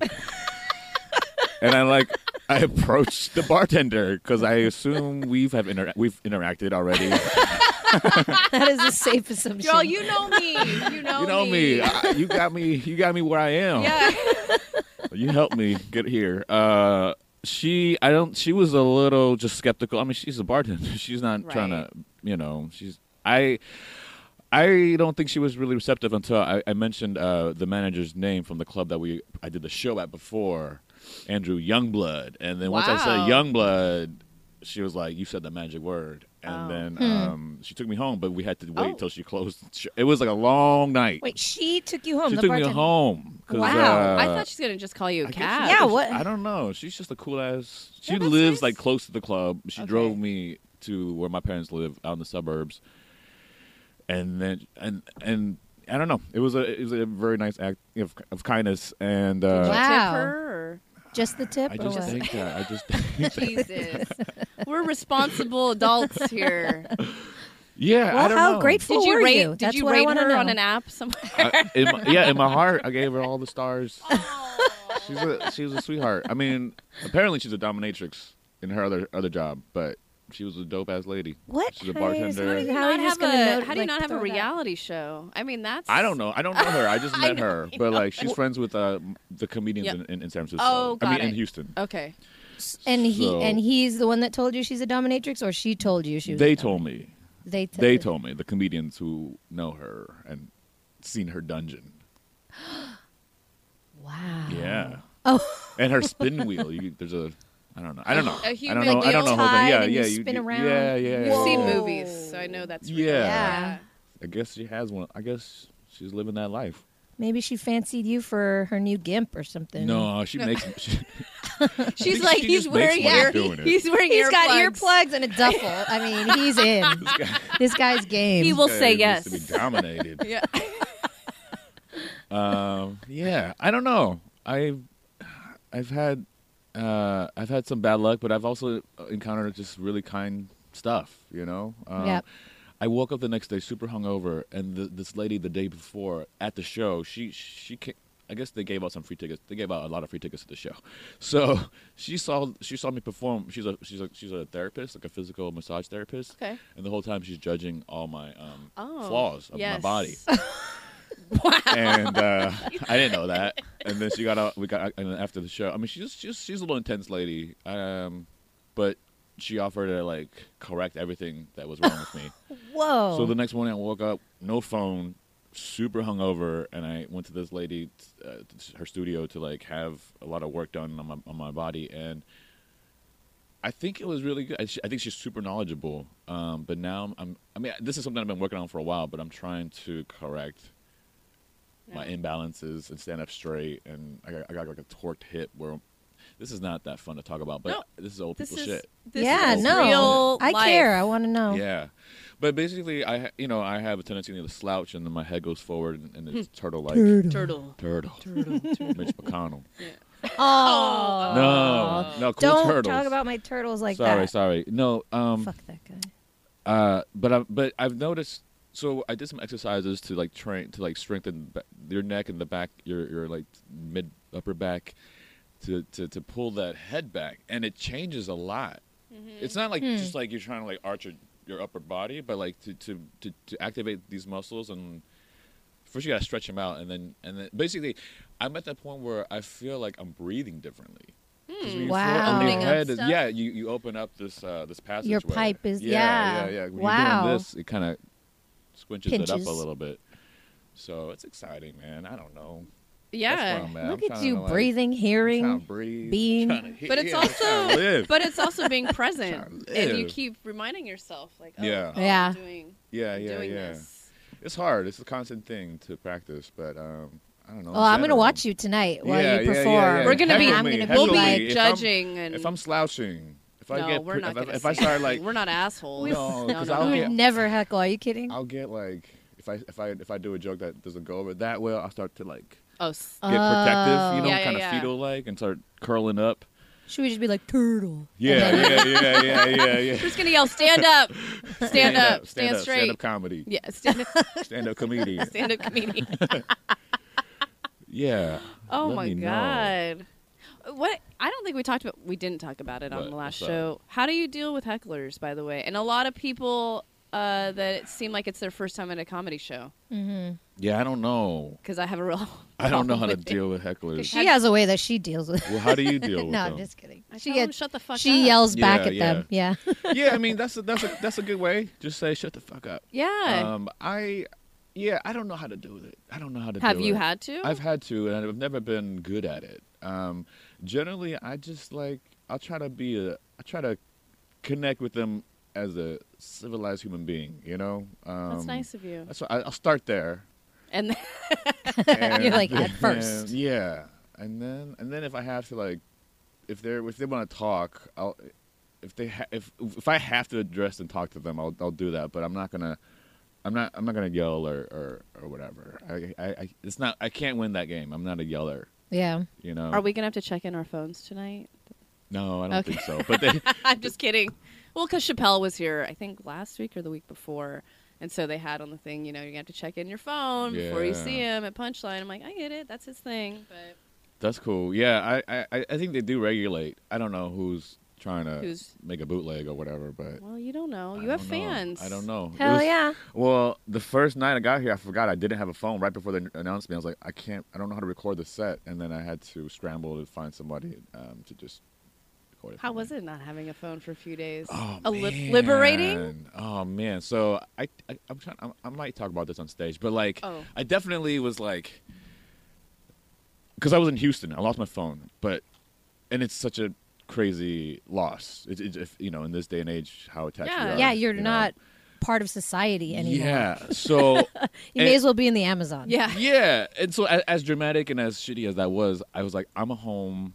Speaker 4: and I like I approached the bartender because I assume we've have inter- we've
Speaker 2: [LAUGHS]
Speaker 4: interacted already.
Speaker 3: that is a safe assumption.
Speaker 2: Girl, you know me. You know,
Speaker 4: [LAUGHS] you know me. I, you got me. You got me where I am.
Speaker 2: Yeah.
Speaker 4: you helped me get here. Uh, she, I don't. She was a little just skeptical. I mean, she's a bartender. [LAUGHS] She's not trying to,
Speaker 2: Right.
Speaker 4: you know. She's I. I don't think she was really receptive until I, I mentioned uh, the manager's name from the club that we I did the show at before, Andrew Youngblood. And then once I
Speaker 2: Wow.
Speaker 4: said Youngblood, she was like, "You said the magic word." And
Speaker 2: Oh.
Speaker 4: then um, she took me home, but we had to
Speaker 2: Oh.
Speaker 4: wait till she closed. It was like a long night.
Speaker 3: Wait, she took you home.
Speaker 4: she
Speaker 3: the
Speaker 4: took me
Speaker 3: bartender.
Speaker 4: home. 'cause,
Speaker 3: Wow.
Speaker 2: I
Speaker 4: uh,
Speaker 2: thought she's gonna just call you a
Speaker 4: I guess
Speaker 2: cab.
Speaker 4: she-
Speaker 3: Yeah, Oh, what-
Speaker 4: I don't know. She's just a cool ass. She
Speaker 3: Yeah, that's
Speaker 4: lives
Speaker 3: nice.
Speaker 4: like close to the club. She
Speaker 2: Okay.
Speaker 4: drove me to where my parents live out in the suburbs, and then and and I don't know. It was a it was a very nice act of, of kindness, and uh,
Speaker 2: Did you tip
Speaker 3: Wow.
Speaker 2: her
Speaker 3: Just the tip.
Speaker 4: I
Speaker 3: or
Speaker 4: just
Speaker 3: what?
Speaker 4: think that I
Speaker 3: [LAUGHS]
Speaker 4: just think
Speaker 2: or-
Speaker 4: that-
Speaker 2: Jesus. We're responsible adults here.
Speaker 4: yeah. I
Speaker 3: well,
Speaker 4: don't
Speaker 3: how
Speaker 4: know.
Speaker 3: grateful
Speaker 2: Did you
Speaker 3: were
Speaker 2: rate?
Speaker 3: you?
Speaker 2: Did
Speaker 3: That's
Speaker 2: you
Speaker 3: what I
Speaker 2: rate
Speaker 3: want to
Speaker 2: her
Speaker 3: know.
Speaker 2: on an app somewhere?
Speaker 4: I- in my- yeah,
Speaker 3: [LAUGHS]
Speaker 4: in my heart, I gave her all the stars. She's a she was a sweetheart. I mean, apparently she's a dominatrix in her other other job, but she was a dope ass lady.
Speaker 3: What?
Speaker 4: She's a
Speaker 3: How are you just-
Speaker 4: bartender.
Speaker 3: how are you
Speaker 2: How do you
Speaker 3: just
Speaker 2: not
Speaker 3: gonna
Speaker 2: have
Speaker 3: know
Speaker 2: a,
Speaker 3: to,
Speaker 2: how do you
Speaker 3: like,
Speaker 2: not have a
Speaker 3: throw that?
Speaker 2: reality show? I mean, that's
Speaker 4: I don't know. I don't know her. I
Speaker 2: [LAUGHS]
Speaker 4: just
Speaker 2: I
Speaker 4: met
Speaker 2: know,
Speaker 4: her,
Speaker 2: I
Speaker 4: but
Speaker 2: know.
Speaker 4: like she's friends with uh, the comedians
Speaker 2: Yep.
Speaker 4: in, in, in San Francisco.
Speaker 2: Oh,
Speaker 4: I
Speaker 2: got
Speaker 4: mean in
Speaker 2: it.
Speaker 4: Houston.
Speaker 2: Okay.
Speaker 3: And he
Speaker 4: So-
Speaker 3: and he's the one that told you she's a dominatrix, or she told you she was.
Speaker 4: They
Speaker 3: a
Speaker 4: told me.
Speaker 3: dominatrix? They t-
Speaker 4: They told me the comedians who know her and seen her dungeon.
Speaker 3: Wow.
Speaker 4: Yeah.
Speaker 3: Oh.
Speaker 4: And
Speaker 2: [LAUGHS]
Speaker 4: her spin wheel. You, there's a. I don't know. I don't know.
Speaker 2: A
Speaker 4: I
Speaker 2: human
Speaker 4: don't know. I
Speaker 2: wheel
Speaker 4: don't know. Hold on.
Speaker 3: tied
Speaker 4: Yeah,
Speaker 3: and you
Speaker 4: yeah.
Speaker 3: spin
Speaker 4: do-
Speaker 3: around.
Speaker 4: Yeah, yeah.
Speaker 2: I've
Speaker 4: yeah.
Speaker 2: seen
Speaker 3: Whoa.
Speaker 2: movies, so I know that's real.
Speaker 4: Yeah.
Speaker 3: Yeah.
Speaker 4: I guess she has one. I guess she's living that life.
Speaker 3: Maybe she fancied you for her new gimp or something.
Speaker 4: No, she makes. She,
Speaker 2: [LAUGHS] She's
Speaker 4: [LAUGHS] she
Speaker 2: like he's
Speaker 4: just makes
Speaker 2: wearing
Speaker 4: money
Speaker 2: ear,
Speaker 4: doing it.
Speaker 2: he's wearing
Speaker 3: He's
Speaker 2: earplugs.
Speaker 3: got earplugs and a duffel. I mean, he's
Speaker 4: [LAUGHS]
Speaker 3: in. this guy's game.
Speaker 2: He will
Speaker 4: Okay,
Speaker 2: say
Speaker 4: it needs
Speaker 2: yes.
Speaker 4: To
Speaker 2: [LAUGHS]
Speaker 4: be dominated.
Speaker 2: Yeah.
Speaker 4: um, yeah, I don't know. I've I've had uh, I've had some bad luck, but I've also encountered just really kind stuff. You know. Um,
Speaker 3: Yep.
Speaker 4: I woke up the next day super hungover, and th this lady the day before at the show, she she ca I guess they gave out some free tickets. They gave out a lot of free tickets to the show, [LAUGHS] so she saw she saw me perform. She's a she's a she's a therapist, like a physical massage therapist.
Speaker 2: Okay.
Speaker 4: And the whole time she's judging all my um,
Speaker 2: Oh,
Speaker 4: flaws of my
Speaker 2: yes.
Speaker 4: body and uh, I didn't know that. And then she got out. We got and then after the show. I mean, she's she's she's a little intense lady. Um, but she offered to like correct everything that was wrong with me.
Speaker 3: Whoa.
Speaker 2: Oh.
Speaker 4: So the next morning, I woke up, no phone, super hungover, and I went to this lady, uh, t- her studio, to like have a lot of work done on my on my body, and I think it was really good. I, sh- I think she's super knowledgeable, um, but now I'm, I mean, this is something I've been working on for a while, but I'm trying to correct my
Speaker 2: Yeah.
Speaker 4: imbalances and stand up straight, and I got, I got like a torqued hip where. This is not that fun to talk about, but
Speaker 2: No,
Speaker 4: this is
Speaker 2: [LAUGHS]
Speaker 4: old
Speaker 2: This
Speaker 4: people
Speaker 2: is
Speaker 4: shit.
Speaker 2: this
Speaker 3: yeah,
Speaker 2: is
Speaker 3: no.
Speaker 2: real
Speaker 3: I
Speaker 2: life.
Speaker 3: care. I want to know.
Speaker 4: Yeah, but basically, I ha- you know I have a tendency to slouch, and then my head goes forward,
Speaker 3: [LAUGHS]
Speaker 4: and, and it's turtle like
Speaker 2: Turtle.
Speaker 4: turtle.
Speaker 2: Turtle.
Speaker 4: Mitch
Speaker 3: [LAUGHS]
Speaker 4: McConnell.
Speaker 3: Oh.
Speaker 4: No, no, cool
Speaker 3: Don't
Speaker 4: turtles.
Speaker 3: talk about my turtles like
Speaker 4: sorry,
Speaker 3: that.
Speaker 4: sorry. No, um,
Speaker 3: Fuck that guy.
Speaker 4: uh, but I, but I've noticed. So I did some exercises to like train to like strengthen ba- your neck and the back, your your like mid upper back, to, to to pull that head back, and it changes a lot. It's not like just like you're trying to like arch your, your upper body, but like to, to to to activate these muscles and first you gotta stretch them out, and then and then basically, I'm at that point where I feel like I'm breathing differently. 'Cause
Speaker 2: Hmm.
Speaker 4: when you float
Speaker 3: Wow.
Speaker 4: on your
Speaker 3: Opening up
Speaker 4: head is-
Speaker 3: stuff?
Speaker 4: yeah, you, you open up this uh, this passageway.
Speaker 3: pipe is-
Speaker 4: yeah,
Speaker 3: yeah.
Speaker 4: yeah. When you're
Speaker 3: Wow.
Speaker 4: doing this, it kind of squinches it
Speaker 3: Pinches.
Speaker 4: up a little bit. So it's exciting, man. I don't know. That's
Speaker 2: yeah.
Speaker 4: where I'm at. I'm
Speaker 3: Look at
Speaker 4: trying
Speaker 3: you
Speaker 4: to, like,
Speaker 3: breathing, hearing.
Speaker 4: trying to breathe,
Speaker 3: being-
Speaker 4: trying to hit-
Speaker 2: But it's
Speaker 4: yeah, I'm trying to
Speaker 2: also-
Speaker 4: live.
Speaker 2: But it's also
Speaker 4: [LAUGHS]
Speaker 2: being present,
Speaker 4: Trying to
Speaker 2: and you
Speaker 4: live.
Speaker 2: keep reminding yourself, like, oh,
Speaker 4: Yeah.
Speaker 2: oh,
Speaker 3: Yeah.
Speaker 2: I'm doing,
Speaker 4: yeah,
Speaker 2: I'm
Speaker 4: yeah,
Speaker 2: doing
Speaker 4: yeah.
Speaker 2: this.
Speaker 4: It's hard. It's a constant thing to practice, but um, I don't know.
Speaker 3: Oh, I'm gonna watch you tonight while you
Speaker 4: Yeah, yeah, yeah,
Speaker 3: perform.
Speaker 4: yeah.
Speaker 2: We're gonna be-
Speaker 3: I'm gonna
Speaker 4: Heckle me,
Speaker 3: be
Speaker 4: heckle
Speaker 2: We'll
Speaker 4: me.
Speaker 3: like,
Speaker 2: be
Speaker 4: If I'm-
Speaker 2: judging, and
Speaker 4: If I'm slouching, if I
Speaker 2: no,
Speaker 4: get,
Speaker 2: we're
Speaker 4: pre-
Speaker 2: not
Speaker 4: if, I,
Speaker 2: gonna
Speaker 4: if I
Speaker 2: say
Speaker 4: start
Speaker 2: that.
Speaker 4: like,
Speaker 2: we're not assholes.
Speaker 4: No,
Speaker 2: no,
Speaker 4: 'cause
Speaker 2: no,
Speaker 4: I'll
Speaker 2: no.
Speaker 3: you
Speaker 4: get-
Speaker 3: would never heckle. Are you kidding?
Speaker 4: I'll get like, if I if I if I do a joke that doesn't go over that well, I'll start to like
Speaker 2: Oh, s-
Speaker 4: get protective, you know,
Speaker 2: Yeah, Oh, yeah,
Speaker 4: kind of
Speaker 2: yeah.
Speaker 4: fetal like, and start curling
Speaker 2: [LAUGHS]
Speaker 4: up.
Speaker 3: Oh. Should we just be like turtle?
Speaker 4: Yeah, yeah, yeah, yeah, yeah, yeah.
Speaker 2: who's
Speaker 4: [LAUGHS]
Speaker 2: gonna yell? [LAUGHS] Stand up, stand, up, stand,
Speaker 4: up,
Speaker 2: straight.
Speaker 4: stand up comedy,
Speaker 2: [LAUGHS] Yeah, stand up, [LAUGHS]
Speaker 4: stand up comedian.
Speaker 2: stand up comedian.
Speaker 4: Yeah.
Speaker 2: Oh
Speaker 4: Let
Speaker 2: my
Speaker 4: me know.
Speaker 2: god. What I don't think we talked about we didn't talk about it on
Speaker 4: What?
Speaker 2: the last
Speaker 4: What's that?
Speaker 2: show. How do you deal with hecklers by the way? And a lot of people uh, that it seem like it's their first time at a comedy show
Speaker 4: Yeah, I don't know.
Speaker 2: because I have a real [LAUGHS]
Speaker 4: [LAUGHS] I don't know how to
Speaker 2: problem with it.
Speaker 4: deal with hecklers.
Speaker 3: She has a way that she deals with.
Speaker 4: Well, how do you deal
Speaker 2: [LAUGHS]
Speaker 4: with
Speaker 3: no,
Speaker 4: them?
Speaker 3: I'm just kidding.
Speaker 2: I
Speaker 3: She
Speaker 2: tell 'em,
Speaker 3: gets.
Speaker 2: shut the fuck
Speaker 3: She
Speaker 2: up."
Speaker 3: yells
Speaker 4: Yeah,
Speaker 3: back at them. Yeah. [LAUGHS]
Speaker 4: yeah, I mean that's a, that's a that's a good way. Just say shut the fuck up.
Speaker 2: Yeah.
Speaker 4: Um, I yeah, I don't know how to do it. I don't know how to.
Speaker 2: have
Speaker 4: do
Speaker 2: you
Speaker 4: it.
Speaker 2: had to?
Speaker 4: I've had to, and I've never been good at it. Um, generally, I just like I'll try to be a I try to connect with them as a civilized human being. You know, um,
Speaker 2: That's nice of you.
Speaker 4: That's why I, I'll start there.
Speaker 2: And [LAUGHS]
Speaker 3: [LAUGHS]
Speaker 4: And
Speaker 3: You're like, at
Speaker 4: then-
Speaker 3: first.
Speaker 4: yeah, and then and then if I have to like, if they're if they want to talk, I'll if they ha- if if I have to address and talk to them, I'll I'll do that. But I'm not gonna. I'm not. I'm not gonna yell or, or, or whatever. I, I, I, it's not. I can't win that game. I'm not a yeller.
Speaker 3: Yeah.
Speaker 4: You know.
Speaker 2: are we gonna have to check in our phones tonight?
Speaker 4: No, I don't
Speaker 2: Okay.
Speaker 4: think so. But they,
Speaker 2: [LAUGHS] I'm just kidding. Well, because Chappelle was here, I think last week or the week before, and so they had on the thing, you know, you have to check in your phone before you
Speaker 4: Yeah.
Speaker 2: see him at Punchline. I'm like, I get it, that's his thing, but
Speaker 4: [LAUGHS] that's cool. Yeah, I, I, I think they do regulate. I don't know who's trying to
Speaker 2: Who's-
Speaker 4: make a bootleg or whatever, but
Speaker 2: well, you don't know,
Speaker 4: I
Speaker 2: you have
Speaker 4: don't know.
Speaker 2: fans.
Speaker 4: I don't know. It
Speaker 3: Hell
Speaker 4: was-
Speaker 3: yeah.
Speaker 4: Well, the first night I got here, I forgot I didn't have a phone right before they announced me. I was like, I can't, I don't know how to record the set, and then I had to scramble to find somebody um, to just record it.
Speaker 2: How
Speaker 4: for me.
Speaker 2: was it not having a phone for a few days?
Speaker 4: Oh,
Speaker 2: A li-
Speaker 4: man.
Speaker 2: liberating.
Speaker 4: Oh man, so I, I I'm trying. I, I might talk about this on stage, but like,
Speaker 2: Oh.
Speaker 4: I definitely was like, because I was in Houston, I lost my phone, but and it's such a crazy loss. It, it, if, you know, in this day and age, how attached we
Speaker 2: Yeah.
Speaker 4: are.
Speaker 3: Yeah. You're
Speaker 4: uh, you know.
Speaker 3: not part of society anymore.
Speaker 4: Yeah.
Speaker 2: [LAUGHS]
Speaker 4: So
Speaker 3: You may as well be in the Amazon.
Speaker 2: Yeah.
Speaker 4: yeah, and so as, as dramatic and as shitty as that was, I was like, I'm home,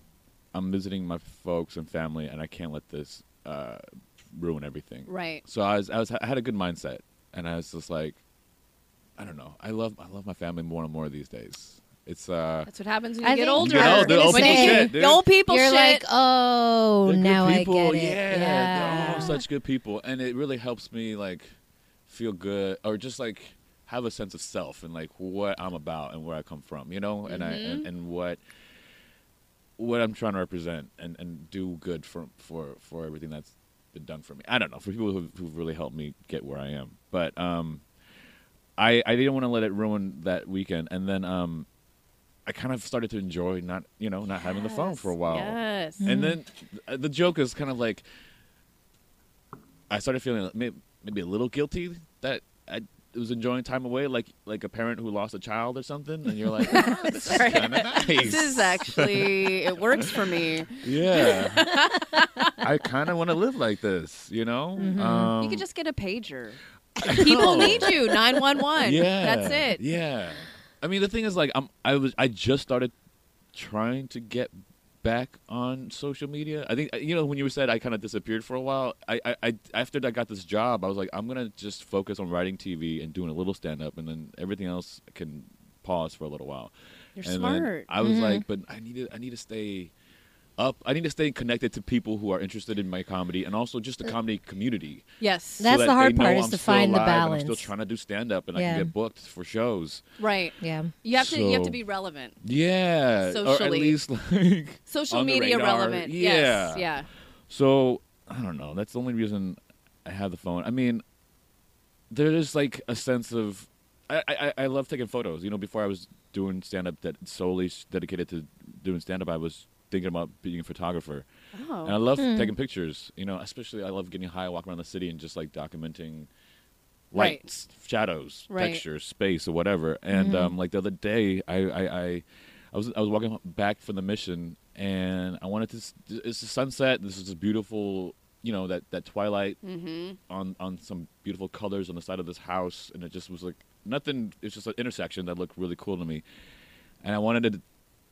Speaker 4: I'm visiting my folks and family, and I can't let this uh, ruin everything.
Speaker 2: Right.
Speaker 4: So I was, I was, I had a good mindset, and I was just like, I don't know, I love, I love my family more and more these days. It's uh,
Speaker 2: That's what happens when you
Speaker 3: I
Speaker 2: get
Speaker 3: think-
Speaker 2: older.
Speaker 4: You know, the
Speaker 2: When
Speaker 4: old
Speaker 2: you
Speaker 4: people
Speaker 2: get-
Speaker 4: shit, dude.
Speaker 2: the old people
Speaker 3: You're
Speaker 2: shit.
Speaker 3: like, oh,
Speaker 4: they're good
Speaker 3: now I
Speaker 4: people.
Speaker 3: get it.
Speaker 4: Yeah,
Speaker 3: Yeah.
Speaker 4: they're all such good people, and it really helps me like feel good or just like have a sense of self and like what I'm about and where I come from, you know, and I
Speaker 3: Mm-hmm.
Speaker 4: and, and what what I'm trying to represent and, and do good for for for everything that's been done for me. I don't know for people who've, who've really helped me get where I am, but um, I I didn't want to let it ruin that weekend, and then um, I kind of started to enjoy not you know not having the phone for a while,
Speaker 2: Yes.
Speaker 4: and then th- the joke is kind of like I started feeling maybe, maybe a little guilty that I was enjoying time away, like like a parent who lost a child or something, and
Speaker 2: [LAUGHS]
Speaker 4: you're like, oh, this is
Speaker 2: Sorry.
Speaker 4: kind of nice.
Speaker 2: This
Speaker 4: [LAUGHS]
Speaker 2: is actually it works for me. [LAUGHS]
Speaker 4: yeah. I kind of want to live like this, you know. Um,
Speaker 2: you could just get a pager.
Speaker 4: [LAUGHS]
Speaker 2: People need you. Nine one one.
Speaker 4: yeah,
Speaker 2: That's it.
Speaker 4: Yeah. I mean, the thing is, like, I'm I was I just started trying to get back on social media. I think you know when you said I kind of disappeared for a while. I, I, I after I got this job, I was like, I'm gonna just focus on writing TV and doing a little stand up, and then everything else can pause for a little while.
Speaker 2: You're
Speaker 4: And then
Speaker 2: smart. Mm-hmm.
Speaker 4: I was like, but I need to I need to stay up. I need to stay connected to people who are interested in my comedy and also
Speaker 2: Uh,
Speaker 4: just the comedy community.
Speaker 2: Yes.
Speaker 4: so
Speaker 3: That's
Speaker 4: that
Speaker 3: the hard
Speaker 4: they know
Speaker 3: part is
Speaker 4: I'm
Speaker 3: to
Speaker 4: still
Speaker 3: find the
Speaker 4: alive and I'm still
Speaker 3: balance.
Speaker 4: trying to do stand up and I
Speaker 3: Yeah.
Speaker 4: can get booked for shows.
Speaker 2: right.
Speaker 3: Yeah.
Speaker 2: You have to you have
Speaker 4: So-
Speaker 2: to be relevant.
Speaker 4: Yeah, or at
Speaker 2: Socially.
Speaker 4: least [LAUGHS] like
Speaker 2: Social
Speaker 4: on the
Speaker 2: media
Speaker 4: radar.
Speaker 2: relevant. Yes. Yeah.
Speaker 4: So I don't know. That's the only reason I have the phone. I mean, there is like a sense of I, I, I love taking photos. You know, before I was doing stand up that solely s- dedicated to doing stand up, I was thinking about being a photographer.
Speaker 2: Oh.
Speaker 4: And I love taking pictures. You know, especially I love getting high, walking around the city, and just like documenting
Speaker 2: Right.
Speaker 4: lights, shadows,
Speaker 2: Right. Mm-hmm.
Speaker 4: texture, space, or whatever. And um, like the other day, I, I I I was I was walking back from the mission, and I wanted to. s- It's the sunset. This is this beautiful. You know that that twilight
Speaker 2: mm-hmm.
Speaker 4: on on some beautiful colors on the side of this house, and it just was like nothing. It's just an intersection that looked really cool to me, and I wanted to.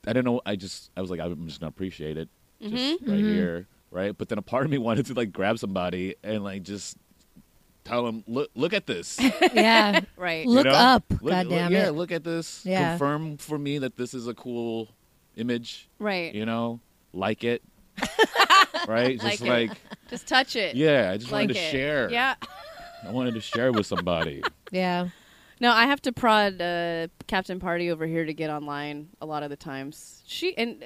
Speaker 4: I don't know. I just I was like I'm just gonna appreciate it, just right
Speaker 2: Mm-hmm.
Speaker 4: here, right. But then a part of me [LAUGHS] wanted to like grab somebody and like just tell them look look at
Speaker 2: [LAUGHS]
Speaker 4: this. [LAUGHS] you
Speaker 3: Yeah.
Speaker 2: Right.
Speaker 3: Look
Speaker 4: know?
Speaker 3: up,
Speaker 4: Look- look-
Speaker 3: goddamn
Speaker 4: yeah,
Speaker 3: it.
Speaker 4: look at this.
Speaker 3: Yeah.
Speaker 4: Confirm for me that this is a cool image.
Speaker 2: Right.
Speaker 4: You know, like
Speaker 2: [LAUGHS]
Speaker 4: it. right,
Speaker 2: Like
Speaker 4: just
Speaker 2: it.
Speaker 4: like,
Speaker 2: Just touch it.
Speaker 4: yeah, I just
Speaker 2: Like
Speaker 4: wanted to
Speaker 2: it.
Speaker 4: share.
Speaker 2: Yeah. [LAUGHS]
Speaker 4: I wanted to share with somebody.
Speaker 3: Yeah.
Speaker 2: No, I have to prod uh, Captain Party over here to get online a lot of the times. She and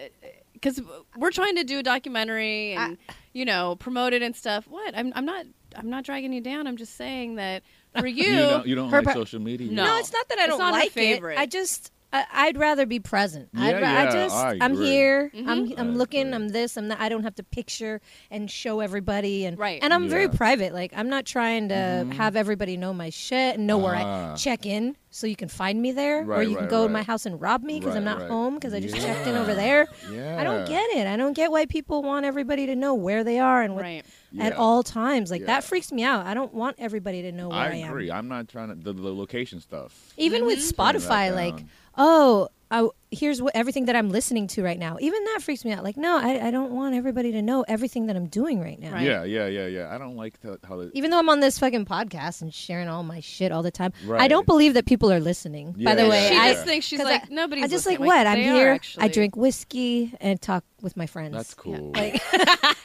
Speaker 2: because we're trying to do a documentary and you know promote it and stuff. What? I'm I'm not I'm not dragging you down. I'm just saying that for you.
Speaker 4: [LAUGHS] You don't, you don't
Speaker 2: her
Speaker 4: like
Speaker 2: par-
Speaker 4: social media.
Speaker 2: No.
Speaker 3: No, it's not that I
Speaker 2: It's
Speaker 3: don't
Speaker 2: not her
Speaker 3: like
Speaker 2: favorite.
Speaker 3: it. I just I, I'd rather be present.
Speaker 4: Yeah,
Speaker 3: I'd ra-
Speaker 4: yeah,
Speaker 3: I just
Speaker 4: I
Speaker 3: am
Speaker 4: agree.
Speaker 3: here. I'm
Speaker 4: I
Speaker 3: I'm looking.
Speaker 4: agree.
Speaker 3: I'm this. I'm that. I don't have to picture and show everybody and
Speaker 2: Right.
Speaker 3: And I'm very
Speaker 4: Yeah. Mm-hmm.
Speaker 3: private. Like I'm not trying to have everybody know my shit and know where
Speaker 4: Ah.
Speaker 3: I check in, so you can find me there, or
Speaker 4: Right,
Speaker 3: you can
Speaker 4: right,
Speaker 3: go to
Speaker 4: right.
Speaker 3: my house and rob me because I'm
Speaker 4: Right,
Speaker 3: not
Speaker 4: right.
Speaker 3: home because I just checked in
Speaker 4: Yeah.
Speaker 3: over there.
Speaker 4: Yeah.
Speaker 3: I don't get it. I don't get why people want everybody to know where they are and what
Speaker 2: Right.
Speaker 3: at
Speaker 4: Yeah.
Speaker 3: all times. Like
Speaker 4: Yeah.
Speaker 3: that freaks me out. I don't want everybody to know where I,
Speaker 4: I
Speaker 3: am
Speaker 4: agree. I'm not trying to the, the location stuff.
Speaker 3: even with
Speaker 4: Turn that
Speaker 3: spotify like
Speaker 4: down.
Speaker 3: oh I, here's what everything that i'm listening to right now even that freaks me out like no i, I don't want everybody to know everything that i'm doing right now
Speaker 2: Right.
Speaker 4: Yeah, yeah, yeah, yeah. I don't like the, how the,
Speaker 3: even though i'm on this fucking podcast and sharing all my shit all the time i
Speaker 4: Right.
Speaker 3: don't believe that people are listening by
Speaker 4: Yeah,
Speaker 3: the way
Speaker 2: She
Speaker 4: yeah,
Speaker 3: I,
Speaker 2: just thinks she's
Speaker 3: 'cause
Speaker 2: like
Speaker 3: I-
Speaker 2: nobody's.
Speaker 3: I just like
Speaker 2: listening.
Speaker 3: what i'm
Speaker 2: they are,
Speaker 3: here i
Speaker 2: actually.
Speaker 3: drink whiskey and talk with my friends
Speaker 4: that's cool.
Speaker 3: like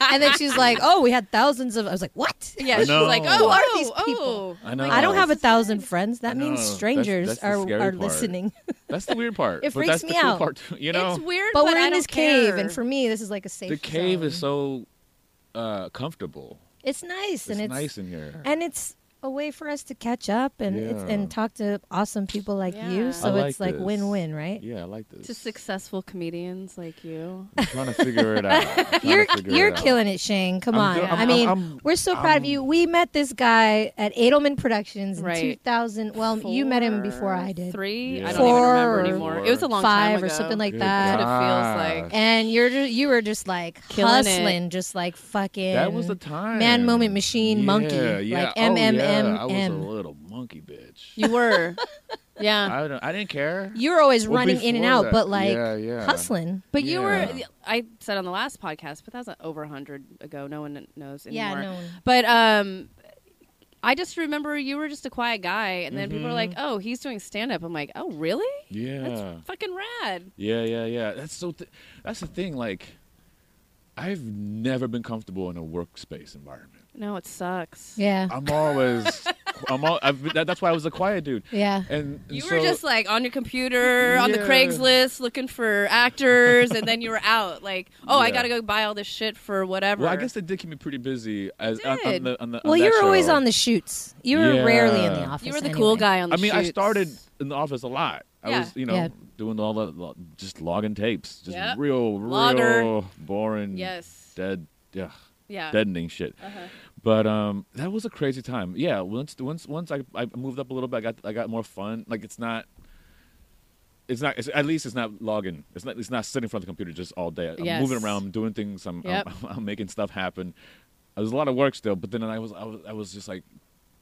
Speaker 3: [LAUGHS] and then she's like oh we had thousands of i was like what
Speaker 2: Yeah,
Speaker 4: I
Speaker 2: she's
Speaker 4: know.
Speaker 2: like, oh,
Speaker 4: Who
Speaker 3: are
Speaker 2: oh,
Speaker 3: these
Speaker 2: oh.
Speaker 3: people?
Speaker 4: [LAUGHS] [LAUGHS] I know.
Speaker 3: I don't have a thousand friends. That
Speaker 4: I know.
Speaker 3: means
Speaker 4: That's-
Speaker 3: strangers
Speaker 4: that's the
Speaker 3: are,
Speaker 4: scary
Speaker 3: are
Speaker 4: part.
Speaker 3: listening.
Speaker 4: That's the weird part.
Speaker 3: [LAUGHS] It
Speaker 4: but
Speaker 3: freaks
Speaker 4: that's the
Speaker 3: me
Speaker 4: cool
Speaker 3: out.
Speaker 4: part. too, You know,
Speaker 2: it's weird,
Speaker 3: but,
Speaker 2: but
Speaker 3: we're
Speaker 2: I
Speaker 3: in
Speaker 2: don't
Speaker 3: this
Speaker 2: care.
Speaker 3: cave, and for me, this is like a safe.
Speaker 4: the cave is
Speaker 3: zone.
Speaker 4: so uh, comfortable.
Speaker 3: It's nice,
Speaker 4: It's,
Speaker 3: and it's
Speaker 4: nice in here.
Speaker 3: and it's a way for us to catch up and it's,
Speaker 4: Yeah.
Speaker 3: and talk to awesome people like
Speaker 2: Yeah. I
Speaker 3: you. So it's
Speaker 4: like
Speaker 3: like
Speaker 4: this.
Speaker 3: win-win, right?
Speaker 4: Yeah, I like this.
Speaker 2: to successful comedians like you.
Speaker 4: I'm trying to
Speaker 3: [LAUGHS]
Speaker 4: figure it out. I'm trying to
Speaker 3: You're
Speaker 4: figure
Speaker 3: you're
Speaker 4: it out.
Speaker 3: killing it, Shane. Come
Speaker 4: I'm
Speaker 3: on.
Speaker 4: do- I'm-
Speaker 3: I mean,
Speaker 4: I'm- I'm-
Speaker 3: we're so proud of you. We met this guy at Edelman Productions in
Speaker 2: Right.
Speaker 3: 2000. Well, you met him before I did.
Speaker 2: Three,
Speaker 4: Yeah.
Speaker 2: I don't even
Speaker 3: Four
Speaker 2: remember
Speaker 4: or
Speaker 2: anymore. It was a long
Speaker 3: five
Speaker 2: time
Speaker 3: or
Speaker 2: ago.
Speaker 3: something like
Speaker 4: Good
Speaker 3: that.
Speaker 2: That's what it
Speaker 4: gosh.
Speaker 2: feels like.
Speaker 3: And you're ju- you were just like
Speaker 2: Killing it.
Speaker 3: hustling, just like fucking.
Speaker 4: That was the time.
Speaker 3: Man, moment, machine,
Speaker 4: yeah,
Speaker 3: monkey,
Speaker 4: Yeah.
Speaker 3: like
Speaker 4: oh,
Speaker 3: M, M, M,
Speaker 4: yeah. I was a
Speaker 3: M.
Speaker 4: little monkey bitch.
Speaker 2: You
Speaker 3: [LAUGHS]
Speaker 2: were, yeah.
Speaker 4: I, don't, I didn't care.
Speaker 3: You're always
Speaker 4: Well,
Speaker 3: running in and
Speaker 4: before
Speaker 3: out,
Speaker 4: that-
Speaker 3: but like
Speaker 4: yeah, yeah.
Speaker 3: hustling.
Speaker 2: But you
Speaker 4: Yeah.
Speaker 2: were. I said on the last podcast, but that was over a hundred ago. No one knows anymore.
Speaker 3: Yeah, no.
Speaker 2: But um, I just remember you were just a quiet guy, and then people were
Speaker 4: Mhm.
Speaker 2: like,
Speaker 3: Mm-hmm.
Speaker 2: "Oh, he's doing stand up." I'm like, "Oh, really?
Speaker 4: Yeah.
Speaker 2: That's fucking rad."
Speaker 4: Yeah, yeah, yeah. That's so. Th- that's the thing. Like, I've never been comfortable in a workspace environment.
Speaker 2: No, it sucks.
Speaker 3: Yeah.
Speaker 4: I'm
Speaker 2: [LAUGHS]
Speaker 4: always. I'm all. I've, been- that, that's why I was a quiet dude.
Speaker 3: Yeah.
Speaker 4: And, and
Speaker 2: You
Speaker 4: so,
Speaker 2: were just like on your computer on the
Speaker 4: Yeah.
Speaker 2: Craigslist looking for actors, and then you were
Speaker 4: [LAUGHS]
Speaker 2: out. Like, oh, I
Speaker 4: Yeah.
Speaker 2: gotta go buy all this shit for whatever.
Speaker 4: Well, I guess they did keep me pretty busy. As on, on
Speaker 2: did.
Speaker 4: the, on the, on
Speaker 3: Well, you
Speaker 4: that
Speaker 3: were always
Speaker 4: show.
Speaker 3: on the shoots. You were
Speaker 4: Yeah.
Speaker 3: rarely in the office.
Speaker 2: you were the
Speaker 3: anyway.
Speaker 2: cool guy on the.
Speaker 4: I mean, I
Speaker 2: shoots.
Speaker 4: started in the office a lot. I
Speaker 2: Yeah.
Speaker 4: was, you know,
Speaker 3: Yeah.
Speaker 4: doing all the lo- just logging tapes, just
Speaker 2: Yep.
Speaker 4: real,
Speaker 2: Logger.
Speaker 4: real boring,
Speaker 2: Yes.
Speaker 4: dead, yeah,
Speaker 2: Yeah.
Speaker 4: deadening shit.
Speaker 2: Uh-huh.
Speaker 4: But um, that was a crazy time. Yeah, once once once I, I moved up a little bit, I got I got more fun. Like it's not, it's not. It's, at least it's not logging. It's not. It's not sitting in front of the computer just all day. I'm
Speaker 2: Yes.
Speaker 4: moving around. I'm doing things. I'm,
Speaker 2: Yep.
Speaker 4: I'm [LAUGHS] I'm making stuff happen. There was a lot of work still, but then I was I was I was just like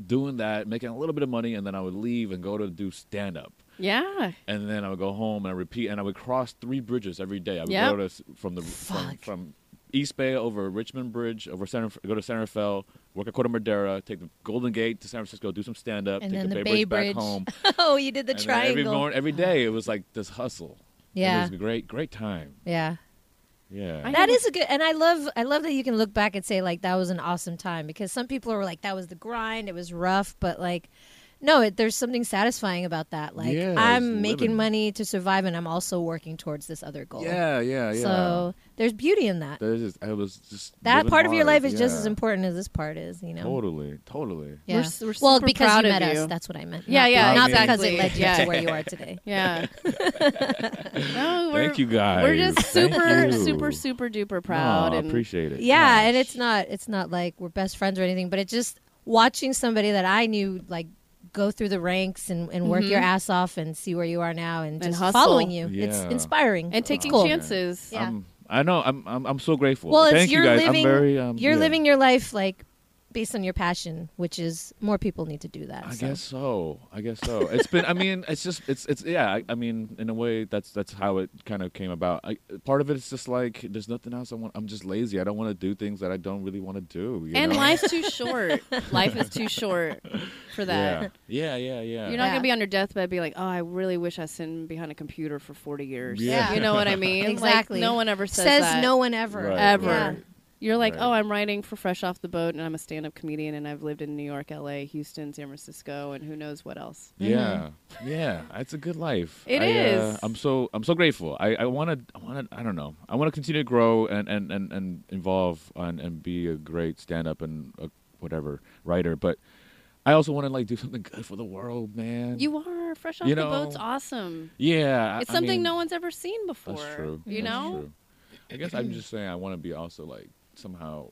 Speaker 4: doing that, making a little bit of money, and then I would leave and go to do stand up.
Speaker 2: Yeah.
Speaker 4: And then I would go home and I repeat, and I would cross three bridges every day. I would
Speaker 2: Yep.
Speaker 4: go to s- from the from,
Speaker 3: Fuck.
Speaker 4: from East Bay over Richmond Bridge, over Santa, F- go to Santa Fe, work at Corte Madera, take the Golden Gate to San Francisco, do some stand up,
Speaker 3: And
Speaker 4: take
Speaker 3: then
Speaker 4: the,
Speaker 3: the
Speaker 4: Bay
Speaker 3: Bay
Speaker 4: Bridge,
Speaker 3: Bridge.
Speaker 4: back home.
Speaker 3: [LAUGHS] oh, you did [LAUGHS] the
Speaker 4: and then
Speaker 3: triangle.
Speaker 4: every morning, every day, it was like this hustle.
Speaker 3: Yeah.
Speaker 4: it was a great, great time.
Speaker 3: yeah.
Speaker 4: Yeah.
Speaker 2: I-
Speaker 3: That is a good, and I love, I love that you can look back and say like that was an awesome time because some people are like that was the grind, it was rough, but like, no, it, there's something satisfying about that. Like
Speaker 4: Yeah, it's
Speaker 3: I'm making
Speaker 4: living.
Speaker 3: money to survive, and I'm also working towards this other goal.
Speaker 4: yeah, yeah, yeah.
Speaker 3: So there's beauty in that.
Speaker 4: that is, I was just
Speaker 3: That
Speaker 4: living
Speaker 3: part of your
Speaker 4: hard,
Speaker 3: life is just
Speaker 4: yeah.
Speaker 3: as important as this part is, you know.
Speaker 4: Totally, totally.
Speaker 3: Yeah.
Speaker 2: We're s- we're
Speaker 3: well,
Speaker 2: super
Speaker 3: because
Speaker 2: proud
Speaker 3: you
Speaker 2: of
Speaker 3: met
Speaker 2: you.
Speaker 3: us. That's what I meant.
Speaker 2: Yeah,
Speaker 3: Not-
Speaker 2: yeah,
Speaker 3: Not because
Speaker 2: exactly.
Speaker 3: it led you
Speaker 2: Yeah.
Speaker 3: to where you are today.
Speaker 4: [LAUGHS]
Speaker 2: Yeah. [LAUGHS] no, we're,
Speaker 4: Thank you guys.
Speaker 2: We're just
Speaker 4: Thank
Speaker 2: super,
Speaker 4: you.
Speaker 2: super, super duper proud.
Speaker 4: No, I
Speaker 2: and
Speaker 4: appreciate
Speaker 3: [LAUGHS]
Speaker 4: it.
Speaker 3: Yeah, and
Speaker 4: Gosh.
Speaker 3: it's not it's not like we're best friends or anything, but it's just watching somebody that I knew like go through the ranks and, and work your ass off and see where you are now Mm-hmm. and,
Speaker 2: And
Speaker 3: just
Speaker 2: hustle.
Speaker 3: following you. It's
Speaker 4: Yeah.
Speaker 3: inspiring.
Speaker 2: and
Speaker 3: It's
Speaker 2: taking
Speaker 3: cool.
Speaker 2: chances.
Speaker 3: Yeah.
Speaker 4: I'm- I know. I'm, I'm. I'm so grateful.
Speaker 3: Well, it's
Speaker 4: Thank you
Speaker 3: you're
Speaker 4: guys.
Speaker 3: living-
Speaker 4: I'm very. Um,
Speaker 3: You're
Speaker 4: yeah.
Speaker 3: living your life like based on your passion, which is more people need to do that.
Speaker 4: I
Speaker 3: so.
Speaker 4: guess so. I guess so. It's been. I mean, it's just. It's. It's. Yeah. I, I mean, in a way, that's that's how it kind of came about. I, part of it is just like there's nothing else I want. I'm just lazy. I don't want to do things that I don't really want to do. You
Speaker 2: and
Speaker 4: know?
Speaker 2: life's
Speaker 4: [LAUGHS]
Speaker 2: too short. Life is too short for that.
Speaker 4: Yeah. Yeah. Yeah. Yeah.
Speaker 2: You're not
Speaker 3: Yeah.
Speaker 2: gonna be on your deathbed, be like, "Oh, I really wish I sitting behind a computer for 40 years."
Speaker 4: Yeah.
Speaker 2: you know
Speaker 4: [LAUGHS]
Speaker 2: what I mean? Like,
Speaker 3: Exactly.
Speaker 2: no one ever says,
Speaker 3: Says
Speaker 2: that.
Speaker 3: no one ever.
Speaker 4: Right,
Speaker 2: ever.
Speaker 3: Yeah.
Speaker 4: right.
Speaker 2: You're like,
Speaker 4: Right.
Speaker 2: "Oh, I'm writing for Fresh Off the Boat, and I'm a stand-up comedian, and I've lived in New York, L.A., Houston, San Francisco, and who knows what else."
Speaker 4: Yeah, yeah, it's a good life.
Speaker 2: Mm-hmm. It
Speaker 4: It
Speaker 2: is.
Speaker 4: I'm so I'm so grateful. I I want to I want to I don't know. I want to continue to grow and and and and involve and and be a great stand up and a whatever writer. But I also want to like do something good for the world, man.
Speaker 2: You are Fresh Off
Speaker 4: You
Speaker 2: the
Speaker 4: know,
Speaker 2: Boat's awesome.
Speaker 4: yeah, I-
Speaker 2: It's
Speaker 4: I
Speaker 2: something
Speaker 4: mean,
Speaker 2: no one's ever seen before.
Speaker 4: That's true.
Speaker 2: You
Speaker 4: that's
Speaker 2: know?
Speaker 4: true. I guess I'm just saying I want to be also like somehow.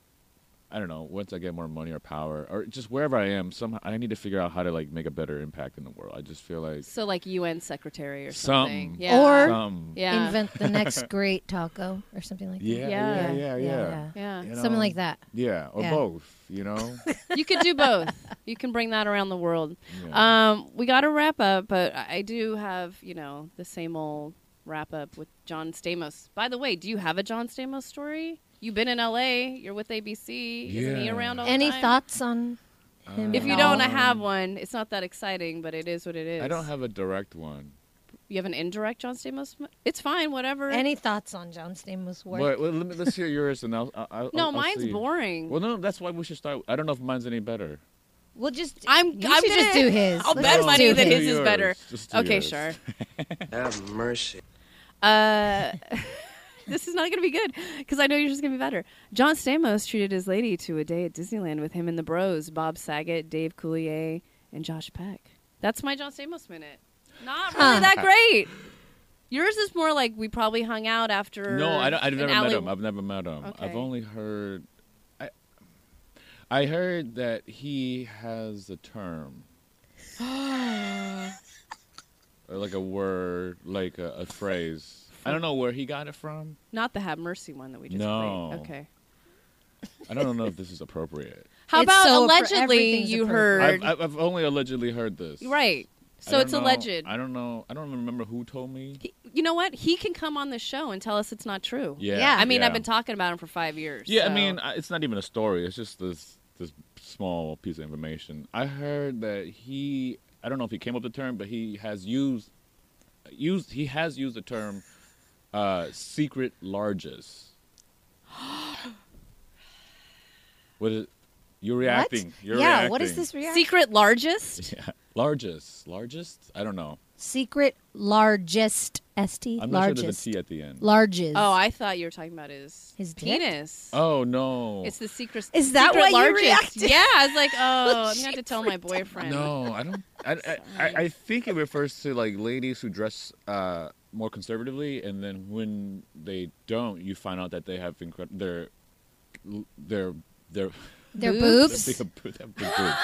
Speaker 4: I don't know. Once I get more money or power, or just wherever I am, somehow I need to figure out how to like make a better impact in the world. I just feel like
Speaker 2: So like UN secretary or something.
Speaker 4: Something.
Speaker 2: Yeah.
Speaker 3: Or-
Speaker 4: something.
Speaker 2: yeah.
Speaker 3: Invent the
Speaker 4: [LAUGHS]
Speaker 3: next great taco or something like
Speaker 4: Yeah,
Speaker 3: that.
Speaker 2: Yeah.
Speaker 4: yeah, yeah, yeah.
Speaker 3: yeah,
Speaker 2: yeah.
Speaker 4: [LAUGHS] You
Speaker 3: Something
Speaker 4: know?
Speaker 3: like that.
Speaker 4: Yeah, or
Speaker 3: Yeah.
Speaker 4: both,
Speaker 2: [LAUGHS]
Speaker 4: you know?
Speaker 2: you could do both. You can bring that around the world.
Speaker 4: Yeah.
Speaker 2: Um, we got to wrap up, but I I do have, you know, the same old wrap up with John Stamos. By the way, do you have a John Stamos story? You've been in LA. You're with ABC. Isn't he
Speaker 4: Yeah.
Speaker 2: around all the
Speaker 3: Any
Speaker 2: time?
Speaker 3: thoughts on him?
Speaker 2: If
Speaker 3: at
Speaker 2: you
Speaker 3: all?
Speaker 2: don't have one, it's not that exciting, but it is what it is.
Speaker 4: I don't have a direct one.
Speaker 2: You have an indirect John Stamos. It's fine. Whatever.
Speaker 3: Any thoughts on John Stamos' work?
Speaker 4: But well, let me, let's hear yours and I'll. I'll, I'll
Speaker 2: no,
Speaker 4: I'll
Speaker 2: mine's
Speaker 4: see.
Speaker 2: boring.
Speaker 4: Well, no, that's why we should start. I don't know if mine's any better.
Speaker 3: We'll just.
Speaker 2: I'm.
Speaker 3: You
Speaker 2: I'm
Speaker 3: should
Speaker 2: gonna,
Speaker 3: just do his.
Speaker 2: I'll
Speaker 3: Let's
Speaker 2: bet
Speaker 3: just
Speaker 2: money
Speaker 3: do
Speaker 2: that
Speaker 3: his.
Speaker 2: his is
Speaker 4: Yours.
Speaker 2: better.
Speaker 4: Just do
Speaker 2: Okay,
Speaker 4: yours.
Speaker 2: sure.
Speaker 5: Have mercy.
Speaker 2: Uh, [LAUGHS] this is not going to be good because I know you're just going to be better. John Stamos treated his lady to a day at Disneyland with him and the bros, Bob Saget, Dave Coulier, and Josh Peck. That's my John Stamos minute. Not really
Speaker 3: Huh.
Speaker 2: that great. Yours is more like we probably hung out after.
Speaker 4: [LAUGHS] No, I don't, I've
Speaker 2: an
Speaker 4: never
Speaker 2: alley-
Speaker 4: met him. I've never met him.
Speaker 2: Okay.
Speaker 4: I've only heard. I, I heard that he has
Speaker 2: [GASPS]
Speaker 4: a term. or like a word, like a, a phrase. I don't know where he got it from.
Speaker 2: Not the Have Mercy one that we just
Speaker 4: No.
Speaker 2: played. Okay.
Speaker 4: I don't know if this is appropriate.
Speaker 2: How
Speaker 3: It's
Speaker 2: about
Speaker 3: so appro-
Speaker 2: allegedly
Speaker 3: everything's
Speaker 2: you [LAUGHS] heard?
Speaker 4: I've, I've I've only allegedly heard this.
Speaker 2: right.
Speaker 4: I
Speaker 2: So
Speaker 4: don't
Speaker 2: it's
Speaker 4: know-
Speaker 2: alleged.
Speaker 4: I don't know. I don't remember who told me.
Speaker 2: He- you know what? He can come on the show and tell us it's not true.
Speaker 4: Yeah.
Speaker 3: Yeah.
Speaker 2: I mean,
Speaker 4: yeah.
Speaker 2: I've been talking about him for five years.
Speaker 4: Yeah,
Speaker 2: so-
Speaker 4: I mean, I- it's not even a story. It's just this this small piece of information. I heard that he. I don't know if he came up with the term, but he has used used he has used the term uh, secret
Speaker 2: [GASPS]
Speaker 4: largest. what is? You're reacting.
Speaker 3: What?
Speaker 4: You're
Speaker 3: yeah.
Speaker 4: reacting.
Speaker 3: What is this reaction?
Speaker 2: secret largest.
Speaker 4: [LAUGHS] Yeah. Largest, largest. I don't know.
Speaker 3: Secret largest st
Speaker 4: I'm not
Speaker 3: largest
Speaker 4: sure there's a T at the end.
Speaker 3: largest.
Speaker 2: Oh, I thought you were talking about his
Speaker 3: His dick?
Speaker 2: penis.
Speaker 4: Oh no!
Speaker 2: It's the secret.
Speaker 3: Is that
Speaker 2: secret
Speaker 3: why you
Speaker 2: largest.
Speaker 3: reacted?
Speaker 2: Yeah,
Speaker 3: [LAUGHS]
Speaker 2: I was like, oh, I'm gonna have to tell my boyfriend.
Speaker 4: No, I don't. I, I, I,
Speaker 3: [LAUGHS]
Speaker 4: I think it refers to like ladies who dress uh, more conservatively, and then when they don't, you find out that they have incredible their their their
Speaker 3: Their
Speaker 2: Boobs?
Speaker 4: [LAUGHS]
Speaker 3: boobs.
Speaker 4: their
Speaker 3: [LAUGHS]
Speaker 4: big- their big boobs.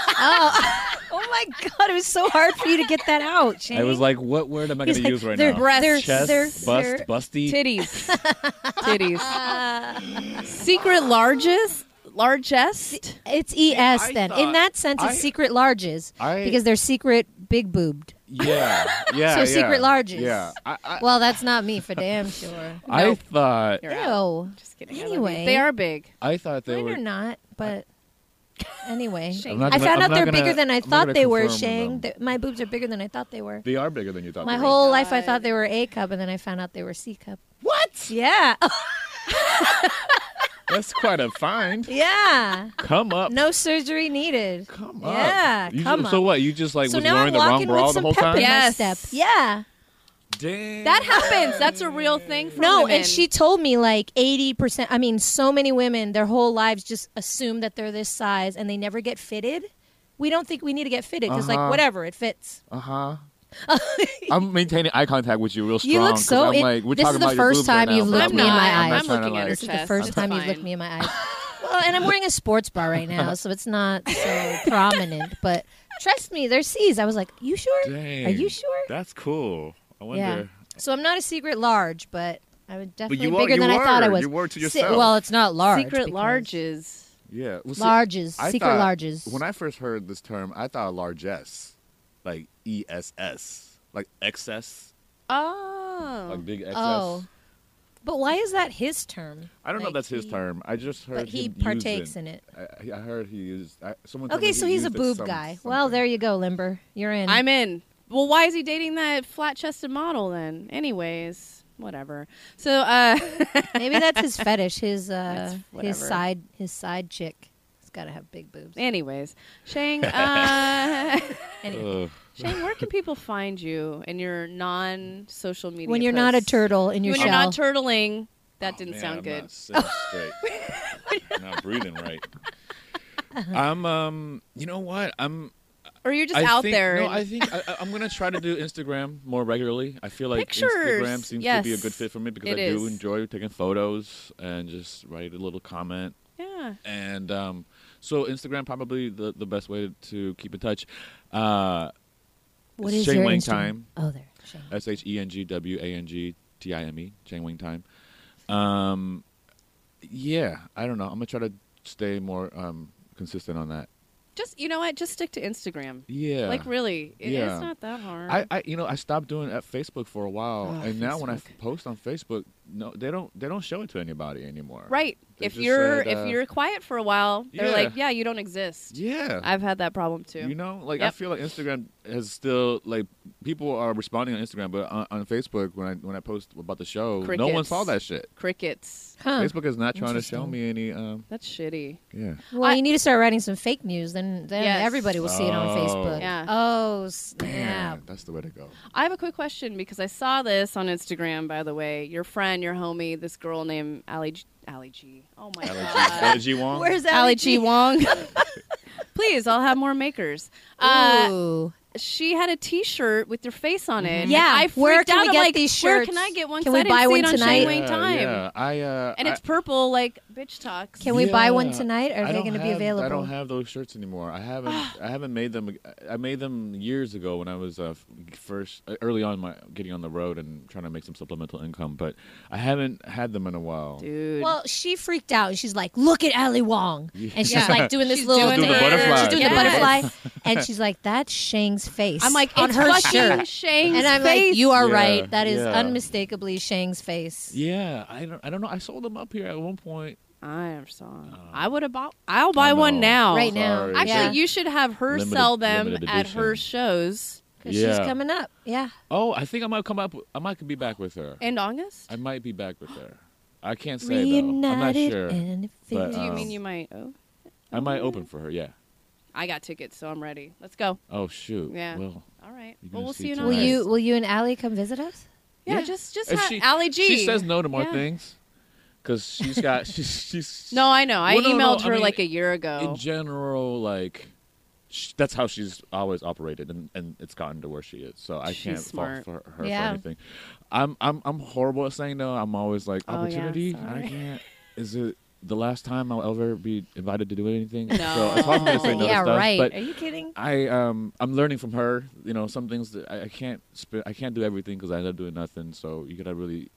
Speaker 3: Oh my god! It was so hard for you to get that out. Shane.
Speaker 4: [LAUGHS] I was like, what word am I
Speaker 3: He's
Speaker 4: going to
Speaker 3: like,
Speaker 4: use right
Speaker 3: they're
Speaker 4: now?
Speaker 2: breasts,
Speaker 3: they're-
Speaker 4: Chest,
Speaker 3: they're- they're-
Speaker 4: bust, busty.
Speaker 2: titties, titties. Secret largest, largest.
Speaker 3: [LAUGHS] It's es
Speaker 4: I
Speaker 3: then. In
Speaker 4: thought-
Speaker 3: that sense, it's
Speaker 4: I-
Speaker 3: secret larges
Speaker 4: I-
Speaker 3: because they're secret big boobed. [LAUGHS]
Speaker 4: Yeah, yeah.
Speaker 3: So
Speaker 4: yeah.
Speaker 3: secret larges.
Speaker 4: Yeah, I I,
Speaker 3: Well, that's not me for damn sure.
Speaker 4: I
Speaker 2: Nope.
Speaker 4: thought
Speaker 2: You're out.
Speaker 3: Ew.
Speaker 2: Just kidding. I love you.
Speaker 3: Anyway.
Speaker 2: they are big.
Speaker 4: I thought they
Speaker 3: Mine
Speaker 4: were.
Speaker 3: are not, but
Speaker 4: [LAUGHS]
Speaker 3: anyway.
Speaker 4: I'm not
Speaker 3: I
Speaker 4: gonna-
Speaker 3: found
Speaker 4: I'm
Speaker 3: out
Speaker 4: not
Speaker 3: they're
Speaker 4: gonna-
Speaker 3: bigger than I
Speaker 4: I'm not
Speaker 3: thought
Speaker 4: gonna
Speaker 3: they were,
Speaker 4: confirm
Speaker 3: Shang.
Speaker 4: them. Oh
Speaker 3: Th- My boobs are bigger than I thought they were.
Speaker 4: They are bigger than you thought.
Speaker 3: My
Speaker 4: they were.
Speaker 3: whole life I
Speaker 2: God.
Speaker 4: [LAUGHS]
Speaker 3: thought they were A cup, and then I found out they were C cup. What? Yeah. [LAUGHS]
Speaker 4: That's quite a
Speaker 3: [LAUGHS]
Speaker 4: find.
Speaker 3: Yeah.
Speaker 4: Come up.
Speaker 3: No surgery needed.
Speaker 4: Come up.
Speaker 3: Yeah,
Speaker 4: You
Speaker 3: come
Speaker 4: ju- So
Speaker 3: up.
Speaker 4: what? You just like
Speaker 3: so
Speaker 4: was
Speaker 3: now
Speaker 4: wearing
Speaker 3: I'm
Speaker 4: the wrong
Speaker 3: walking
Speaker 4: bra
Speaker 3: with
Speaker 4: the
Speaker 3: some
Speaker 4: whole
Speaker 3: pep
Speaker 4: time?
Speaker 3: in my
Speaker 2: Yes.
Speaker 3: step. Yeah.
Speaker 4: Damn.
Speaker 2: That happens. That's a real thing for
Speaker 3: No,
Speaker 2: women.
Speaker 3: and she told me like 80%. I mean, so many women their whole lives just assume that they're this size and they never get fitted. We don't think we need to get fitted because,
Speaker 4: Uh-huh.
Speaker 3: like, whatever, it fits. [LAUGHS]
Speaker 4: Uh huh. I'm maintaining eye contact with you real strong.
Speaker 3: You look
Speaker 4: 'cause
Speaker 3: so
Speaker 4: I'm
Speaker 3: in-
Speaker 4: like, we're
Speaker 3: this is
Speaker 4: talking
Speaker 3: the
Speaker 4: about your
Speaker 3: first
Speaker 4: boobs right
Speaker 3: time
Speaker 4: now,
Speaker 3: you've
Speaker 4: but
Speaker 3: looked
Speaker 4: I'm
Speaker 3: me in
Speaker 4: not-
Speaker 3: my
Speaker 4: I'm not
Speaker 3: eyes.
Speaker 4: trying to,
Speaker 2: looking at her
Speaker 4: like-
Speaker 3: This is the
Speaker 2: chest.
Speaker 3: first
Speaker 2: It's
Speaker 3: time you've
Speaker 2: fine.
Speaker 3: looked me in my eyes. [LAUGHS] well, and I'm wearing a sports bar right now, so it's not [LAUGHS] so prominent. But trust me, there's C's. I was like, you sure?
Speaker 4: Dang.
Speaker 3: Are you sure?
Speaker 4: That's cool. I wonder.
Speaker 3: So I'm not a secret large, but I was definitely
Speaker 4: you are-
Speaker 3: bigger
Speaker 4: you
Speaker 3: than I thought I
Speaker 4: were.
Speaker 3: was.
Speaker 4: You were to
Speaker 3: Si-
Speaker 4: yourself.
Speaker 3: well, it's not large.
Speaker 2: secret
Speaker 3: because-
Speaker 2: larges.
Speaker 4: Yeah. Well, see,
Speaker 3: Larges.
Speaker 4: I
Speaker 3: secret
Speaker 4: thought-
Speaker 3: larges.
Speaker 4: When I first heard this term, I thought largesse, like E S S, like excess,
Speaker 2: Oh.
Speaker 4: like big excess.
Speaker 3: Oh. But why is that his term?
Speaker 4: I don't know
Speaker 3: Like,
Speaker 4: if that's his
Speaker 3: he-
Speaker 4: term. I just heard
Speaker 3: But he
Speaker 4: him use
Speaker 3: partakes in it.
Speaker 4: I, I heard he used. I, someone told
Speaker 3: Okay,
Speaker 4: me
Speaker 3: so
Speaker 4: he
Speaker 3: he's a
Speaker 4: used it
Speaker 3: boob
Speaker 4: some-
Speaker 3: guy. Well,
Speaker 4: something.
Speaker 3: there you go, Limber. You're in.
Speaker 2: I'm in. Well, why is he dating that flat chested model then? Anyways, whatever. So, uh, [LAUGHS]
Speaker 3: Maybe that's his fetish. His uh, his
Speaker 2: whatever.
Speaker 3: side his side chick. He's got to have big boobs.
Speaker 2: anyways, Shang,
Speaker 4: [LAUGHS]
Speaker 2: uh,
Speaker 3: Anyway.
Speaker 4: Ugh.
Speaker 2: Shang, where can people find you in your non social media?
Speaker 3: when you're not a
Speaker 2: posts?
Speaker 3: turtle in your
Speaker 2: when
Speaker 3: shell.
Speaker 2: you're not turtling, that
Speaker 4: Oh,
Speaker 2: didn't
Speaker 4: man,
Speaker 2: sound
Speaker 4: I'm
Speaker 2: good.
Speaker 4: Not sitting straight. I'm not
Speaker 2: [LAUGHS]
Speaker 4: breathing right. I'm um. You know what? I'm
Speaker 2: Or you're just
Speaker 4: I
Speaker 2: out
Speaker 4: think-
Speaker 2: there.
Speaker 4: No,
Speaker 2: and-
Speaker 4: I think I, I- I'm gonna try to do Instagram more regularly. I feel like
Speaker 2: Pictures,
Speaker 4: Instagram seems to be a
Speaker 2: yes.
Speaker 4: good fit for me because
Speaker 2: It
Speaker 4: I do
Speaker 2: is.
Speaker 4: enjoy taking photos and just write a little comment.
Speaker 2: yeah.
Speaker 4: And um, so Instagram probably the, the best way to keep in touch. Uh,
Speaker 3: what
Speaker 4: It's
Speaker 3: is
Speaker 4: Shane
Speaker 3: your
Speaker 4: Wang
Speaker 3: Instagram?
Speaker 4: time.
Speaker 3: Oh, there. Shane.
Speaker 4: S H E N G W A N G T I M E, Chang Wing Time. Um, yeah, I don't know. I'm gonna try to stay more um consistent on that.
Speaker 2: Just, you know what? Just stick to Instagram.
Speaker 4: Yeah,
Speaker 2: Like, really, it-
Speaker 4: Yeah.
Speaker 2: it's not that hard.
Speaker 4: I, I you know I stopped doing at Facebook for a while,
Speaker 2: Oh,
Speaker 4: and now when I
Speaker 2: Facebook.
Speaker 4: f- post on Facebook, no, they don't they don't show it to anybody anymore.
Speaker 2: right.
Speaker 4: They
Speaker 2: if
Speaker 4: just
Speaker 2: you're
Speaker 4: said, uh,
Speaker 2: if you're quiet for a while, they're
Speaker 4: Yeah.
Speaker 2: like, yeah, you don't exist.
Speaker 4: Yeah.
Speaker 2: I've had that problem too.
Speaker 4: you know, like I
Speaker 2: Yep.
Speaker 4: feel like Instagram has still like people are responding on Instagram, but on, on Facebook when I when I post about the show, no one
Speaker 2: Crickets.
Speaker 4: saw that shit.
Speaker 2: Crickets.
Speaker 3: Huh.
Speaker 4: Facebook is not trying to show
Speaker 3: Interesting.
Speaker 4: me any. Um,
Speaker 2: That's shitty.
Speaker 4: yeah.
Speaker 3: Well,
Speaker 2: I-
Speaker 3: you need to start writing some fake news. Then, then
Speaker 2: Yes.
Speaker 3: everybody will see it on
Speaker 4: Oh.
Speaker 3: Facebook.
Speaker 2: Yeah.
Speaker 3: Oh
Speaker 4: Yeah,
Speaker 3: snap!
Speaker 4: that's the way to
Speaker 3: [LAUGHS]
Speaker 4: go.
Speaker 2: I have a quick question because I saw this on Instagram. By the way, your friend, your homie, this girl named Ali G. Ali G. Oh my
Speaker 3: [LAUGHS]
Speaker 2: god,
Speaker 4: Allergy Wong.
Speaker 3: Where's
Speaker 2: Ali G.
Speaker 3: [LAUGHS]
Speaker 2: Wong. Please, I'll have more makers. Uh,
Speaker 3: Ooh.
Speaker 2: she had a T-shirt with your face on it.
Speaker 3: Mm-hmm. Yeah,
Speaker 2: I freaked
Speaker 3: where can
Speaker 2: out.
Speaker 3: we
Speaker 2: I'm
Speaker 3: get
Speaker 2: like,
Speaker 3: these
Speaker 2: Where
Speaker 3: shirts?
Speaker 2: can I get one? 'Cause
Speaker 3: Can we
Speaker 2: I didn't
Speaker 3: buy
Speaker 2: see
Speaker 3: one
Speaker 2: it on
Speaker 3: tonight?
Speaker 2: Shane Wang
Speaker 4: Yeah,
Speaker 2: Time.
Speaker 4: Yeah, I. Uh,
Speaker 2: And it's
Speaker 4: I-
Speaker 2: purple, like bitch talks.
Speaker 3: Can we buy one
Speaker 4: Yeah.
Speaker 3: tonight? Or
Speaker 4: I
Speaker 3: are they
Speaker 4: don't
Speaker 3: going to be
Speaker 4: have-
Speaker 3: available?
Speaker 4: I don't have those shirts anymore.
Speaker 3: [GASPS]
Speaker 4: I haven't. I haven't made them. I made them years ago when I was uh, f- first uh, early on my getting on the road and trying to make some supplemental income. But I haven't had them in a while.
Speaker 2: Dude.
Speaker 3: Well, she freaked out. and She's like, "Look at Ali Wong," and she's
Speaker 2: Yeah.
Speaker 3: like doing this
Speaker 2: She's
Speaker 3: little
Speaker 2: doing the
Speaker 3: dance.
Speaker 4: butterfly.
Speaker 3: She's doing the
Speaker 2: Yes.
Speaker 3: butterfly, and she's like, "That's Shang's face."
Speaker 2: I'm like,
Speaker 3: on
Speaker 2: it's
Speaker 3: her
Speaker 2: fucking
Speaker 3: shirt,
Speaker 2: Shane's
Speaker 3: and I'm
Speaker 2: face.
Speaker 3: like, "You are
Speaker 4: Yeah,
Speaker 3: right. That is
Speaker 4: yeah.
Speaker 3: unmistakably Shang's face."
Speaker 4: Yeah, I don't. I don't know. I sold them up here at one point.
Speaker 2: I am sorry. I would have bought. I'll buy one
Speaker 4: know.
Speaker 2: now.
Speaker 3: Right now.
Speaker 4: Sorry.
Speaker 2: Actually,
Speaker 3: Yeah.
Speaker 2: you should have her
Speaker 4: Limited-
Speaker 2: sell them
Speaker 4: limited
Speaker 2: at her
Speaker 4: edition.
Speaker 2: shows
Speaker 3: 'Cause she's
Speaker 4: Yeah.
Speaker 3: coming up. Yeah,
Speaker 4: Oh, I think I might come up. I might be back with her.
Speaker 2: in August.
Speaker 4: I might be back with her. I can't say though. I'm not
Speaker 3: reunited
Speaker 4: sure.
Speaker 3: and it
Speaker 4: But,
Speaker 3: feels.
Speaker 2: Do you
Speaker 4: um,
Speaker 2: mean you might? Oh,
Speaker 4: I might open for her. Yeah.
Speaker 2: I got tickets, so I'm ready. Let's go.
Speaker 4: Oh shoot.
Speaker 2: Yeah.
Speaker 4: Well.
Speaker 2: All right.
Speaker 4: You're
Speaker 2: Well,
Speaker 4: gonna
Speaker 2: we'll
Speaker 4: see
Speaker 2: see you in
Speaker 4: tonight.
Speaker 3: will
Speaker 2: August.
Speaker 3: you will you and Ali come visit us?
Speaker 2: Yeah,
Speaker 4: Yeah.
Speaker 2: just just
Speaker 4: If
Speaker 2: have
Speaker 4: she-
Speaker 2: Allie G.
Speaker 4: She says no to more
Speaker 2: Yeah.
Speaker 4: things because she's got [LAUGHS] she's she's
Speaker 2: No, I know. I
Speaker 4: Well, no,
Speaker 2: emailed
Speaker 4: no, I
Speaker 2: her
Speaker 4: mean,
Speaker 2: like a year
Speaker 4: in
Speaker 2: ago.
Speaker 4: general like sh that's how she's always operated and, and it's gotten to where she is so I
Speaker 2: She's
Speaker 4: can't
Speaker 2: smart.
Speaker 4: fault for her
Speaker 3: Yeah.
Speaker 4: for anything. I'm I'm I'm horrible at saying no. I'm always like
Speaker 2: Oh, yeah,
Speaker 4: opportunity.
Speaker 2: sorry.
Speaker 4: I can't. Is it the last time I'll ever be invited to do anything?
Speaker 2: No.
Speaker 4: So it's hard for me to say no to
Speaker 3: yeah,
Speaker 4: stuff,
Speaker 3: right.
Speaker 4: But
Speaker 3: Are you kidding?
Speaker 4: I um I'm learning from her. You know, some things that I, I can't sp- I can't do everything because I end up doing nothing. So you gotta really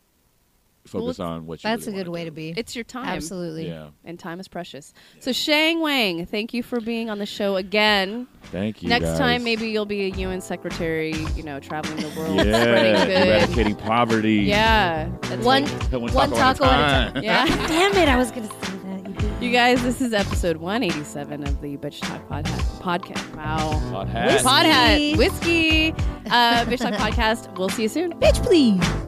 Speaker 4: focus
Speaker 2: Well,
Speaker 4: on what. you
Speaker 3: That's a
Speaker 4: really
Speaker 3: good
Speaker 4: wanna
Speaker 3: way to
Speaker 4: do.
Speaker 3: be.
Speaker 2: It's your time.
Speaker 3: Absolutely.
Speaker 4: Yeah.
Speaker 2: And time is precious. So Shang Wang, thank you for being on the show again.
Speaker 4: Thank you.
Speaker 2: Next
Speaker 4: guys.
Speaker 2: time, maybe you'll be a UN secretary. You know, traveling the world,
Speaker 4: Yeah.
Speaker 2: spreading good.
Speaker 4: Eradicating poverty.
Speaker 2: Yeah. That's
Speaker 3: One one taco at a time.
Speaker 4: [LAUGHS]
Speaker 2: Yeah.
Speaker 3: Damn it! I was gonna say that. You did.
Speaker 2: You guys, this is episode 187 of the Bitch Talk Pod- Podcast. Wow. Pod
Speaker 4: Hot hat.
Speaker 2: hat. Whiskey. Uh, Bitch Talk Podcast. We'll see you soon.
Speaker 3: Bitch, please.